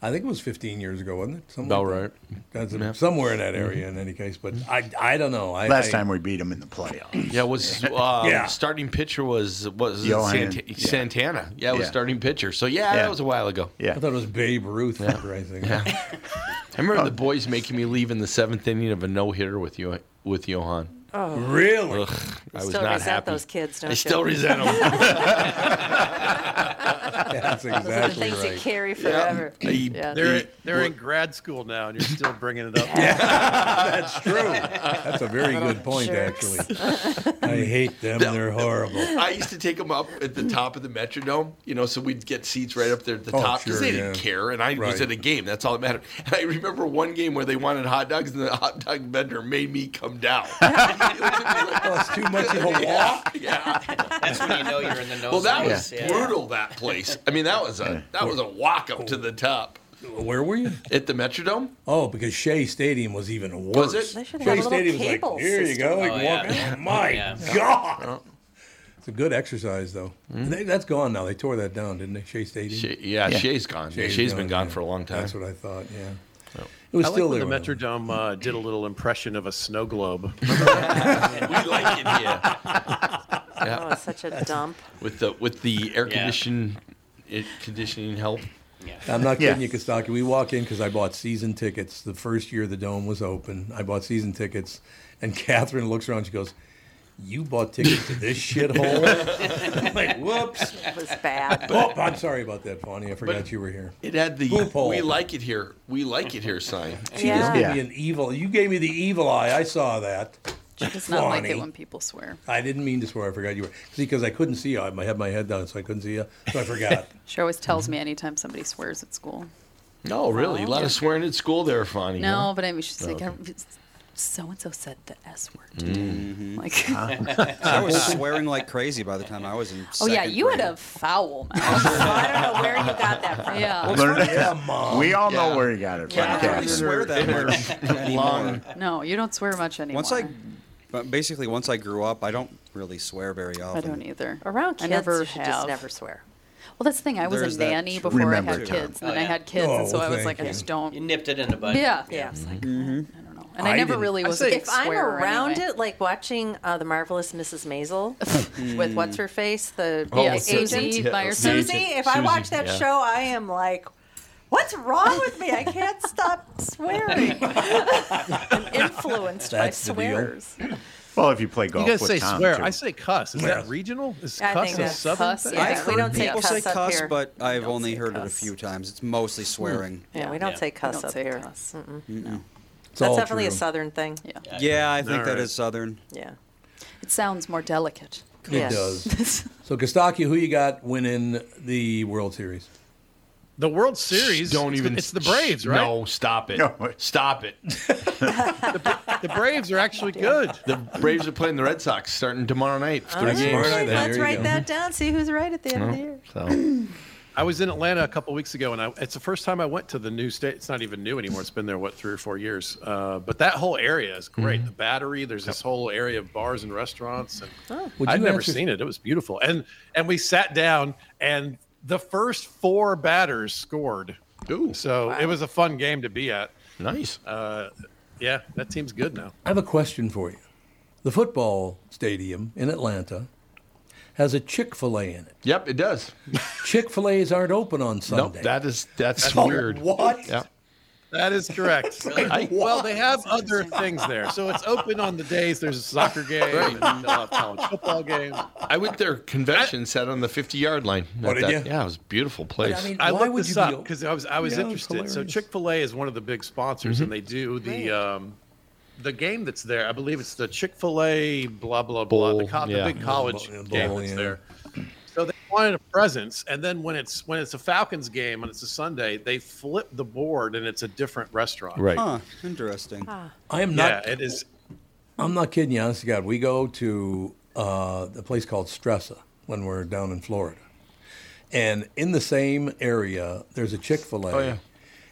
Speaker 2: I think it was 15 years ago, wasn't it? Something
Speaker 7: About
Speaker 2: like
Speaker 7: right.
Speaker 2: that. That's
Speaker 7: Yeah. Mm-hmm.
Speaker 2: Somewhere in that area, in any case. But I, I don't know. I,
Speaker 8: Last
Speaker 2: I-
Speaker 8: time we beat them in the playoffs.
Speaker 7: Yeah, was uh,
Speaker 2: Yeah.
Speaker 7: starting pitcher was was it
Speaker 8: Johan,
Speaker 7: Santa-
Speaker 8: yeah.
Speaker 7: Santana. Yeah, was
Speaker 8: Yeah.
Speaker 7: starting pitcher. So yeah,
Speaker 8: Yeah.
Speaker 7: that was a while ago.
Speaker 8: Yeah.
Speaker 2: I thought it was Babe Ruth. for Christ's sake.
Speaker 7: Yeah. I remember the boys making me leave in the seventh inning of a no hitter with you with Johan.
Speaker 4: Oh.
Speaker 2: Really?
Speaker 7: Ugh, I was
Speaker 4: still
Speaker 7: not
Speaker 4: resent
Speaker 7: happy.
Speaker 4: those kids, don't
Speaker 7: I
Speaker 4: you?
Speaker 7: still resent them.
Speaker 2: That's
Speaker 4: Those are the
Speaker 2: exactly
Speaker 4: things
Speaker 2: right.
Speaker 4: that carry forever. Yeah.
Speaker 12: They're, they're in grad school now, and you're still bringing it up.
Speaker 2: That's true. That's a very good point, actually. I hate them. They're horrible.
Speaker 7: I used to take them up at the top of the Metrodome, you know, so we'd get seats right up there at the
Speaker 2: Oh,
Speaker 7: top because
Speaker 2: sure,
Speaker 7: they didn't
Speaker 2: yeah.
Speaker 7: care. And I
Speaker 2: Right.
Speaker 7: was at a game. That's all that mattered. And I remember one game where they wanted hot dogs, and the hot dog vendor made me come down.
Speaker 2: That's too much of a walk.
Speaker 7: Yeah.
Speaker 13: That's when you know you're in the nose.
Speaker 7: Well, that
Speaker 13: zone.
Speaker 7: was
Speaker 13: Yeah.
Speaker 7: brutal. That place. I mean, that was a that was a walk up to the top.
Speaker 2: Where were you?
Speaker 7: At the Metrodome.
Speaker 2: Oh, because Shea Stadium was even worse.
Speaker 7: Was it? They should have
Speaker 2: Shea
Speaker 7: a little
Speaker 2: Stadium was
Speaker 7: cable
Speaker 2: like, here you
Speaker 7: system."
Speaker 2: go. you
Speaker 7: Oh,
Speaker 2: can walk
Speaker 7: yeah.
Speaker 2: in." Oh, my
Speaker 7: Yeah.
Speaker 2: God. It's a good exercise, though. And they- that's gone now. They tore that down, didn't they? Shea Stadium.
Speaker 7: Hmm. Shea- yeah, Shea's gone. Yeah, Shea's been gone for a long time.
Speaker 2: That's what I thought. Yeah. It was
Speaker 12: I
Speaker 2: still
Speaker 12: like
Speaker 2: there.
Speaker 12: when the Metrodome uh, did a little impression of a snow globe.
Speaker 7: we like it here.
Speaker 4: Oh, it's such a dump.
Speaker 7: With the with the air
Speaker 4: Yeah.
Speaker 7: condition it, conditioning help.
Speaker 2: I'm not kidding you, Kostaki. We walk in because I bought season tickets the first year the dome was open. I bought season tickets, and Catherine looks around. She goes, "You bought tickets to this shithole?" I'm like, whoops.
Speaker 4: It was bad.
Speaker 2: oh, I'm sorry about that, Bonnie. I forgot you were here.
Speaker 7: It had the
Speaker 2: Poop hole.
Speaker 7: "We like it here, we like it here" sign.
Speaker 2: She just gave me an evil. You gave me the evil eye. I saw that.
Speaker 3: She does not like it
Speaker 2: Bonnie.
Speaker 3: when people swear.
Speaker 2: I didn't mean to swear. I forgot you were. See, because I couldn't see you. I had my head down, so I couldn't see you. So I forgot.
Speaker 3: She always tells
Speaker 5: Mm-hmm.
Speaker 3: me anytime somebody swears at school.
Speaker 7: No, really, a lot of swearing at school there, Fonny.
Speaker 3: No, but I mean, she's like,
Speaker 7: Okay.
Speaker 3: so and so said the S word.
Speaker 5: Mhm.
Speaker 3: Like-
Speaker 5: I was swearing like crazy by the time I was in.
Speaker 3: Oh yeah,
Speaker 5: second
Speaker 3: you
Speaker 5: grade.
Speaker 3: had a foul mouth. I don't know where you got that from. Yeah.
Speaker 8: We all know
Speaker 5: Yeah.
Speaker 8: where he got it from.
Speaker 5: Yeah, I don't really
Speaker 8: Catherine.
Speaker 5: swear that much anymore.
Speaker 3: No, you don't swear much anymore.
Speaker 5: Once I, but basically, once I grew up, I don't really swear very often.
Speaker 3: I don't either.
Speaker 4: Around
Speaker 3: I
Speaker 4: kids,
Speaker 3: never
Speaker 4: you should just
Speaker 3: have.
Speaker 4: never swear.
Speaker 3: Well, that's the thing. I was
Speaker 5: There's
Speaker 3: a
Speaker 5: that
Speaker 3: nanny
Speaker 5: too.
Speaker 3: before I
Speaker 5: Remember,
Speaker 3: had
Speaker 5: Tom.
Speaker 3: kids, and
Speaker 5: Oh,
Speaker 3: then I
Speaker 5: yeah.
Speaker 3: had kids, and so
Speaker 5: Oh,
Speaker 3: I was
Speaker 5: thank
Speaker 3: like, I
Speaker 5: you. Mm-hmm.
Speaker 3: just don't.
Speaker 13: You nipped it in the bud.
Speaker 3: Yeah. Yeah. it's like, I don't know. And I, never really was a big
Speaker 4: If I'm
Speaker 3: swearer
Speaker 4: around
Speaker 3: anyway.
Speaker 4: it, like watching uh, the marvelous Mrs. Maisel with what's her face, the
Speaker 3: Oh,
Speaker 4: yeah,
Speaker 3: Susie
Speaker 4: agent
Speaker 3: Meyerson.
Speaker 4: Susie.
Speaker 3: Susie,
Speaker 4: If I watch
Speaker 3: Susie,
Speaker 4: that
Speaker 3: yeah.
Speaker 4: show, I am like, what's wrong with me? I can't stop swearing. I'm influenced
Speaker 8: That's
Speaker 4: by
Speaker 8: the deal.
Speaker 4: swears.
Speaker 8: Well, if you play golf
Speaker 12: you guys
Speaker 8: with
Speaker 12: say
Speaker 8: Tom,
Speaker 12: swear.
Speaker 8: too.
Speaker 12: I say cuss. Is
Speaker 8: Yes.
Speaker 12: that regional? Is
Speaker 4: I
Speaker 12: cuss
Speaker 4: think
Speaker 12: a
Speaker 4: that's
Speaker 12: southern
Speaker 4: cuss,
Speaker 12: thing?
Speaker 4: yeah.
Speaker 5: I've
Speaker 4: we
Speaker 5: heard
Speaker 4: don't say
Speaker 5: people
Speaker 4: cuss
Speaker 5: say
Speaker 4: up
Speaker 5: cuss,
Speaker 4: here.
Speaker 5: but I've only heard it a few times. It's
Speaker 8: Hmm.
Speaker 5: mostly swearing.
Speaker 4: Yeah, we don't say cuss
Speaker 3: don't
Speaker 4: up
Speaker 3: say
Speaker 4: here.
Speaker 3: cuss.
Speaker 4: Mm-mm.
Speaker 5: No.
Speaker 4: That's definitely a southern thing.
Speaker 3: Yeah.
Speaker 5: Yeah, I think
Speaker 2: All
Speaker 5: that
Speaker 2: right.
Speaker 5: is southern.
Speaker 4: Yeah.
Speaker 3: It sounds more delicate.
Speaker 2: It does. so Kostaki, who you got winning the World Series?
Speaker 12: The World Series.
Speaker 2: Don't
Speaker 12: it's the-
Speaker 2: even-
Speaker 12: It's the Braves, right?
Speaker 2: No,
Speaker 7: stop it. Stop it.
Speaker 12: The Braves are actually good.
Speaker 7: The Braves are playing the Red Sox starting tomorrow night.
Speaker 4: All
Speaker 7: Three
Speaker 4: right,
Speaker 7: games.
Speaker 4: let's write that down. See who's right at the end of the year.
Speaker 12: I was in Atlanta a couple weeks ago, and I, it's the first time I went to the new state. It's not even new anymore. It's been there what three or four years. Uh, but that whole area is great. The Battery. There's this whole area of bars and restaurants, and
Speaker 2: Would
Speaker 12: I'd
Speaker 2: you
Speaker 12: never
Speaker 2: answer-
Speaker 12: seen it. It was beautiful. And and we sat down, and the first four batters scored.
Speaker 7: Ooh.
Speaker 12: So it was a fun game to be at.
Speaker 2: Nice.
Speaker 12: Uh, yeah, that team's good now.
Speaker 2: I have a question for you. The football stadium in Atlanta has a Chick Fil A in it.
Speaker 7: Yep, it does.
Speaker 2: Chick Fil A's aren't open on Sunday.
Speaker 7: that is that's
Speaker 2: So
Speaker 7: weird.
Speaker 2: What?
Speaker 7: Yeah.
Speaker 12: That is correct.
Speaker 2: I-
Speaker 12: well, they have other things there. So it's open on the days there's a soccer game, and they'll have college football game.
Speaker 7: I went their convention set on the 50 yard line.
Speaker 12: What,
Speaker 7: At
Speaker 12: did
Speaker 7: that-
Speaker 12: you?
Speaker 7: Yeah, it was a beautiful place.
Speaker 12: I, looked this up because I was I was
Speaker 7: Yeah, it's Mm-hmm.
Speaker 12: interested. So Chick Fil A is one of the big sponsors, and they do the um, the game that's there. I believe it's the Chick Fil A blah blah blah. the,
Speaker 7: Bowl,
Speaker 12: co-
Speaker 7: yeah.
Speaker 12: the big college
Speaker 7: Bowl,
Speaker 12: game that's
Speaker 7: yeah.
Speaker 12: there. So they wanted a presence, and then when it's when it's a Falcons game and it's a Sunday, they flip the board and it's a different restaurant.
Speaker 2: Right.
Speaker 5: Huh. Interesting.
Speaker 2: I am not.
Speaker 12: Yeah, it is.
Speaker 2: I'm not kidding you. Honest to God, we go to uh, a place called Stressa when we're down in Florida, and in the same area there's a Chick Fil A.
Speaker 7: Oh, yeah.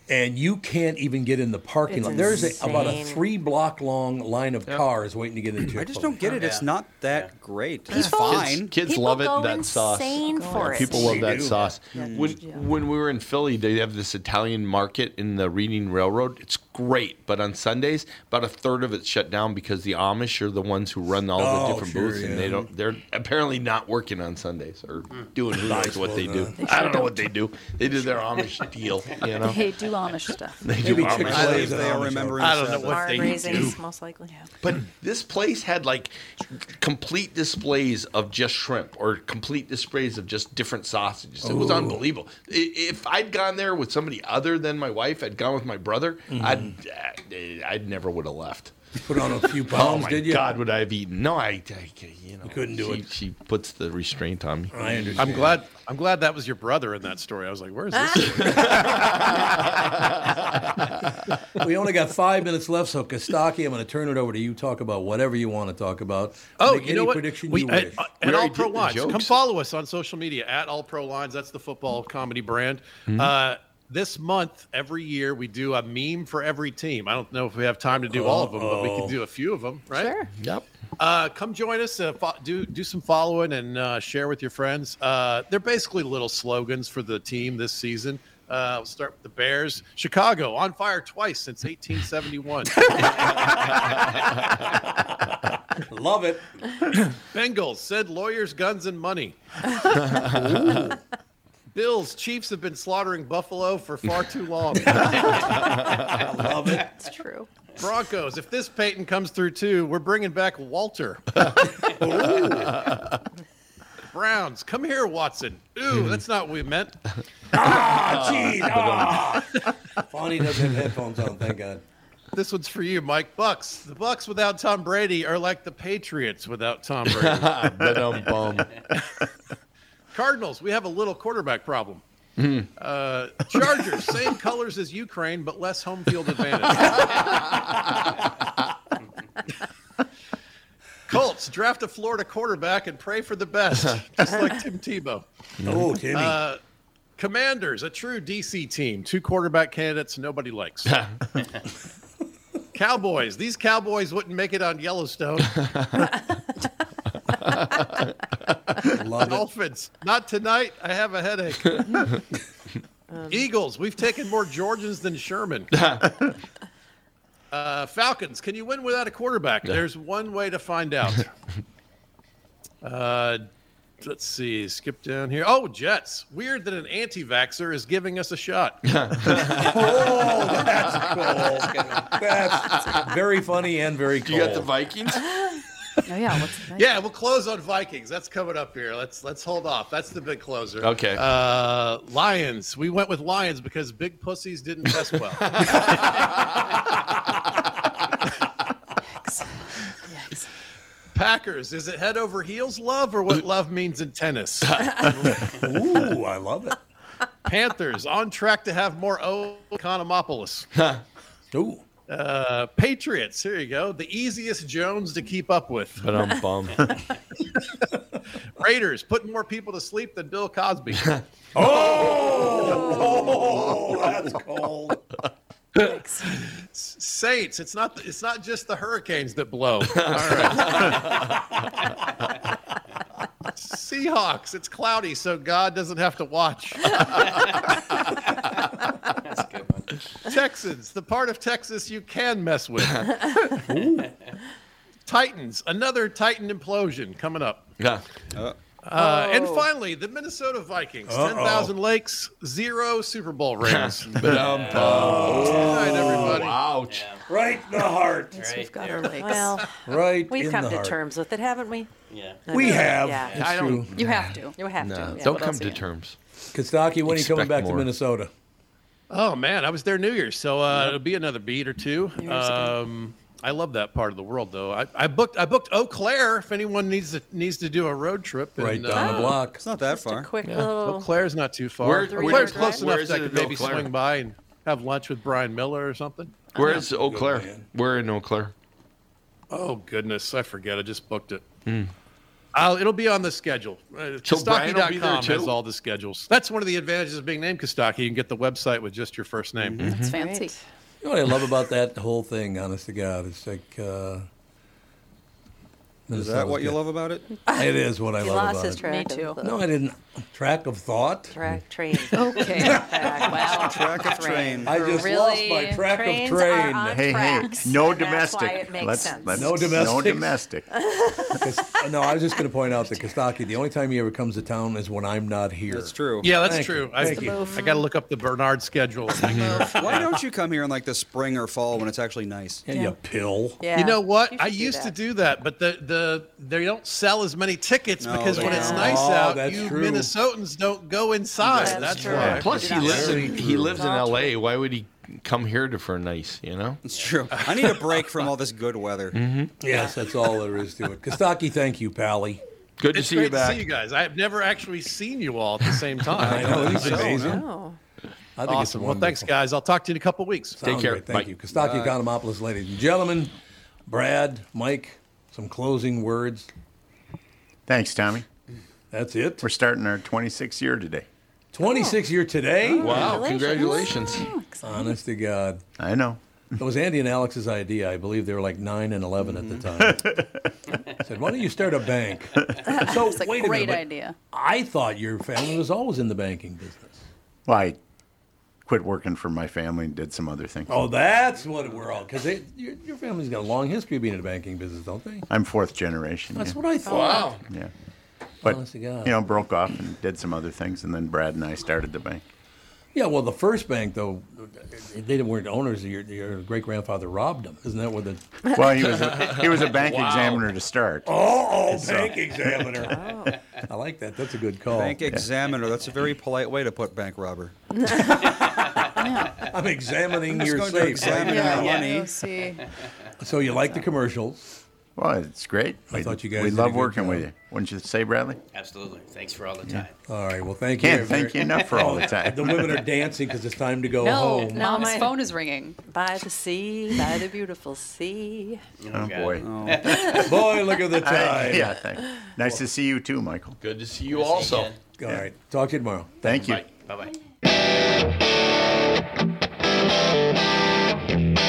Speaker 2: And you can't even get in the parking
Speaker 5: It's
Speaker 2: lot. There's a, about a
Speaker 5: insane.
Speaker 2: three block long line of cars waiting to get into. Chick-fil-A.
Speaker 5: I just don't get it. It's not that great. it's
Speaker 2: People-
Speaker 5: fine.
Speaker 7: Kids love it. That sauce.
Speaker 4: for it.
Speaker 7: People love
Speaker 4: They
Speaker 7: that
Speaker 4: do.
Speaker 7: sauce.
Speaker 4: Yeah.
Speaker 7: When when we were in Philly, they have this Italian market in the Reading Railroad. It's
Speaker 18: great, but on Sundays, about a third of it's shut down because the Amish are the ones who run all the
Speaker 13: Oh,
Speaker 18: different
Speaker 13: sure,
Speaker 18: booths, and
Speaker 13: yeah.
Speaker 18: they don't. They're apparently not working on Sundays or doing who
Speaker 13: I
Speaker 18: knows what they do.
Speaker 13: suppose not.
Speaker 18: I don't know what they do. They do their Amish deal, you know.
Speaker 3: They do Amish stuff.
Speaker 18: They do Amish.
Speaker 13: Chick-fil-A is an Amish
Speaker 18: I don't know what they do.
Speaker 4: most likely.
Speaker 18: But this place had like complete displays of just shrimp or complete displays of just different sausages. It was
Speaker 13: Ooh.
Speaker 18: unbelievable. I- If I'd gone there with somebody other than my wife, I'd gone with my brother, I'd, uh, I'd never would have left.
Speaker 2: Mm-hmm. Put on a few pounds,
Speaker 18: oh my
Speaker 2: did you?
Speaker 18: God, would I have eaten? No, I, I you know,
Speaker 2: couldn't do
Speaker 18: she,
Speaker 2: it.
Speaker 18: She puts the restraint on me.
Speaker 2: I
Speaker 12: I'm glad. I'm glad that was your brother in that story. I was like, "Where is this?"
Speaker 7: Ah.
Speaker 2: we only got five minutes left, so Kostaki, I'm going to turn it over to you. Talk about whatever you want to talk about.
Speaker 12: Oh,
Speaker 2: Make
Speaker 12: you
Speaker 2: any
Speaker 12: know what?
Speaker 2: prediction
Speaker 12: we,
Speaker 2: you
Speaker 12: at,
Speaker 2: wish.
Speaker 12: uh, at All Pro Lines, come follow us on social media at All Pro Lines. That's the football comedy brand.
Speaker 13: Mhm.
Speaker 12: Uh, this month, every year, we do a meme for every team. I don't know if we have time to do all of them, but we
Speaker 13: Uh-oh.
Speaker 12: can do a few of them, right?
Speaker 13: Sure.
Speaker 12: Yep. Uh, come join us. Uh, fo- do do some following and uh, share with your friends. Uh, they're basically little slogans for the team this season. Uh, we'll start with the Bears. Chicago on fire twice since 1871.
Speaker 2: Love it.
Speaker 12: Bengals said lawyers, guns, and money. Bills, Chiefs have been slaughtering Buffalo for far too long.
Speaker 2: Love it.
Speaker 3: It's true.
Speaker 12: Broncos, if this Peyton comes through too, we're bringing back Walter. Browns, come here, Watson. Ooh, that's not what we meant.
Speaker 2: Ah, jeez. Ah. Fonny doesn't have headphones on, thank God.
Speaker 12: This one's for you, Mike. Bucks. The Bucks without Tom Brady are like the Patriots without Tom Brady.
Speaker 18: Ba-dum-bum.
Speaker 12: Cardinals, we have a little quarterback problem.
Speaker 13: Hmm.
Speaker 12: Uh, Chargers, same colors as Ukraine, but less home field advantage. Colts, draft a Florida quarterback and pray for the best, just like Tim Tebow.
Speaker 2: Oh, Timmy.
Speaker 12: Uh, commanders, a true DC team. Two quarterback candidates nobody likes. Cowboys, these Cowboys wouldn't make it on Yellowstone. Dolphins, not tonight. I have a headache. Eagles, we've taken more Georgians than Sherman. uh, Falcons, can you win without a quarterback?
Speaker 13: Yeah.
Speaker 12: There's one way to find out. uh, let's see. Skip down here. Oh, Jets. Weird that an anti vaxxer is giving us a shot.
Speaker 2: Oh, that's cool. That's very funny and very cool.
Speaker 12: You got the
Speaker 18: Vikings?
Speaker 3: Oh, yeah. What's the
Speaker 12: Yeah, we'll close on Vikings. That's coming up here. Let's let's hold off. That's the big closer.
Speaker 18: Okay.
Speaker 12: Uh, Lions. We went with Lions because big pussies didn't test well. Packers. Is it head over heels love or what love means in tennis?
Speaker 2: Ooh, I love it.
Speaker 12: Panthers on track to have more O Economopoulos.
Speaker 2: Ooh.
Speaker 12: Uh, Patriots. Here you go. The easiest Jones to keep up with.
Speaker 18: Ba-dum-bum.
Speaker 12: Raiders putting more people to sleep than Bill Cosby.
Speaker 2: oh, that's cold.
Speaker 12: Saints. It's not. It's not just the hurricanes that blow. All right. Seahawks. It's cloudy, so God doesn't have to watch. Texans. The part of Texas you can mess with. Titans. Another Titan implosion coming up.
Speaker 18: Yeah.
Speaker 12: Uh, And
Speaker 13: Oh.
Speaker 12: finally, the Minnesota Vikings.
Speaker 13: Uh-oh.
Speaker 12: 10,000 lakes, zero Super Bowl rings.
Speaker 13: Ba-dum-bum.
Speaker 12: Good night, everybody.
Speaker 18: Ouch.
Speaker 2: Right in the heart.
Speaker 4: Yes, we've got
Speaker 3: there.
Speaker 4: our legs. Well,
Speaker 2: Right
Speaker 4: We've
Speaker 2: in
Speaker 4: come
Speaker 2: the
Speaker 4: to
Speaker 2: heart.
Speaker 4: terms with it, haven't we?
Speaker 9: Yeah.
Speaker 2: We have. It's
Speaker 4: I don't.
Speaker 2: true.
Speaker 4: You have to. You have to.
Speaker 18: No,
Speaker 4: yeah.
Speaker 18: don't
Speaker 4: What
Speaker 18: come
Speaker 4: else
Speaker 18: to
Speaker 4: are you-
Speaker 18: terms.
Speaker 2: Kostaki, when are you coming
Speaker 18: Expect
Speaker 2: back
Speaker 18: more.
Speaker 2: to Minnesota?
Speaker 12: Oh man, I was there New Year's, so uh, it'll be another beat or two. Um, I love that part of the world, though. I, I booked I booked Eau Claire. If anyone needs to needs to do a road trip,
Speaker 2: Right down the block.
Speaker 12: It's not that far.
Speaker 4: quick little-
Speaker 12: Eau Claire's not too far.
Speaker 18: Where-
Speaker 12: Eau
Speaker 18: where-
Speaker 12: Claire's
Speaker 18: where-
Speaker 12: close
Speaker 18: where
Speaker 12: enough
Speaker 18: is
Speaker 12: that I
Speaker 18: it
Speaker 12: could
Speaker 18: in Eau
Speaker 12: maybe
Speaker 18: Claire?
Speaker 12: swing by and have lunch with Brian Miller or something.
Speaker 18: Where is Eau Claire?
Speaker 12: man.
Speaker 18: We're in Eau Claire.
Speaker 12: Oh goodness, I forget. I just booked it.
Speaker 2: Hmm.
Speaker 12: I'll, it'll be on the schedule. Uh,
Speaker 18: So Brian will be there,
Speaker 12: Kostaki.com has
Speaker 18: too?
Speaker 12: all the schedules. That's one of the advantages of being named Kostaki. You can get the website with just your first name.
Speaker 2: Mm-hmm.
Speaker 3: It's fancy.
Speaker 2: You know what I love about that whole thing, honest to God, it's like uh, Then
Speaker 5: Is
Speaker 2: it's
Speaker 5: that
Speaker 2: not
Speaker 5: what
Speaker 2: as
Speaker 5: you
Speaker 2: good.
Speaker 5: love about it?
Speaker 2: It is what I
Speaker 4: He
Speaker 2: love
Speaker 4: lost
Speaker 2: about
Speaker 4: his
Speaker 2: it.
Speaker 4: track Me of too. thought.
Speaker 2: No, I didn't. Track of thought.
Speaker 4: Track train.
Speaker 3: Okay.
Speaker 4: well,
Speaker 5: track of train.
Speaker 2: I just lost my track
Speaker 4: Trains
Speaker 2: of
Speaker 4: are
Speaker 2: train.
Speaker 4: on
Speaker 8: Hey, hey,
Speaker 4: tracks,
Speaker 8: no
Speaker 4: and that's why
Speaker 8: domestic.
Speaker 4: it makes
Speaker 8: Let's-
Speaker 4: sense.
Speaker 8: let's-
Speaker 2: No domestic.
Speaker 8: No domestic.
Speaker 2: no, I was just going to point out that Kostaki, the only time he ever comes to town is when I'm not here. That's
Speaker 5: true.
Speaker 12: Yeah, that's
Speaker 2: Thank
Speaker 12: true.
Speaker 2: You.
Speaker 12: I,
Speaker 2: Thank you.
Speaker 12: I got to look up the Bernard schedule.
Speaker 5: Why don't you come here in like the spring or fall when it's actually nice?
Speaker 12: Yeah, you Yeah.
Speaker 2: pill.
Speaker 12: you know what? I used to do that, but the, the they don't sell as many tickets
Speaker 5: No,
Speaker 12: because
Speaker 5: they
Speaker 12: when it's
Speaker 5: don't.
Speaker 12: nice
Speaker 5: Oh,
Speaker 12: out,
Speaker 5: that's
Speaker 12: you
Speaker 5: true.
Speaker 12: Minnesotans don't go inside. That's,
Speaker 5: That's true.
Speaker 12: why.
Speaker 18: Plus, he lives in he lives in
Speaker 12: It's all true.
Speaker 18: L.A. Why would he come here to, for nice? You know,
Speaker 5: it's true. I need a break from all this good weather. Mm-hmm.
Speaker 2: Yes, that's all there is to it. Kostaki, thank you, Pally.
Speaker 18: Good
Speaker 12: It's great to see you guys. I've never actually seen you all at the same time.
Speaker 2: I know, isn't it
Speaker 12: So,
Speaker 2: amazing?
Speaker 4: Oh.
Speaker 12: no.
Speaker 2: I think it's
Speaker 12: awesome. Well, thanks,
Speaker 2: wonderful.
Speaker 12: guys. I'll talk to you in a couple weeks.
Speaker 2: Sounds great. Thank you. Kostaki Economopoulos, ladies and gentlemen. Brad, Mike, some closing words.
Speaker 8: Thanks, Tommy.
Speaker 2: That's it.
Speaker 8: We're starting our 26th year today.
Speaker 2: 26 year today.
Speaker 18: Wow, congratulations.
Speaker 2: Honest to God.
Speaker 8: I know.
Speaker 2: It was Andy and Alex's idea. I believe they were like 9 and 11 at the time.
Speaker 8: Mm.
Speaker 2: said, why don't you start a bank? So,
Speaker 3: It's like
Speaker 2: wait a minute.
Speaker 3: great
Speaker 2: but
Speaker 3: idea.
Speaker 2: I thought your family was always in the banking business.
Speaker 8: Well, I quit working for my family and did some other things.
Speaker 2: Oh, that's what we're all, because your, your family's got a long history of being in the banking business, don't they?
Speaker 8: I'm fourth generation.
Speaker 2: That's
Speaker 8: yeah.
Speaker 2: what I thought. Oh,
Speaker 8: Yeah. But,
Speaker 2: Honest to
Speaker 8: you
Speaker 2: God.
Speaker 8: know, broke off and did some other things, and then Brad and I started the bank.
Speaker 2: Yeah, well, the first bank, though, they weren't owners. Your, your great grandfather robbed them. Isn't that what the.
Speaker 8: Well, he was a, he was a bank
Speaker 2: Wow.
Speaker 8: examiner to start.
Speaker 2: Oh, oh,
Speaker 8: So-
Speaker 2: bank examiner.
Speaker 4: Oh.
Speaker 2: I like that. That's a good call.
Speaker 5: Bank examiner. That's a very polite way to put bank robber.
Speaker 2: I'm examining
Speaker 5: I'm just
Speaker 2: your
Speaker 5: going to
Speaker 2: safe.
Speaker 5: examine
Speaker 2: right
Speaker 5: your
Speaker 2: now.
Speaker 5: money.
Speaker 3: You'll see.
Speaker 2: So you like the commercials?
Speaker 8: Well, it's great.
Speaker 2: I thought you guys
Speaker 8: We
Speaker 2: did a
Speaker 8: love
Speaker 2: good
Speaker 8: working
Speaker 2: job.
Speaker 8: with you. Wouldn't you say, Bradley?
Speaker 9: Absolutely. Thanks for all the
Speaker 8: Yeah.
Speaker 9: time.
Speaker 2: All right. Well, thank you.
Speaker 8: Can't thank you enough for all the time.
Speaker 2: The women are dancing because it's time to go
Speaker 3: no,
Speaker 2: home.
Speaker 3: mom's phone is ringing.
Speaker 4: By the sea, by the beautiful sea.
Speaker 8: Oh, boy.
Speaker 18: Oh.
Speaker 2: Boy, look at the
Speaker 8: I-
Speaker 2: time.
Speaker 8: yeah, thank- nice to see you too, Michael.
Speaker 18: Good to see you also.
Speaker 2: All right. Talk to you tomorrow.
Speaker 8: Thank you.
Speaker 9: Bye bye.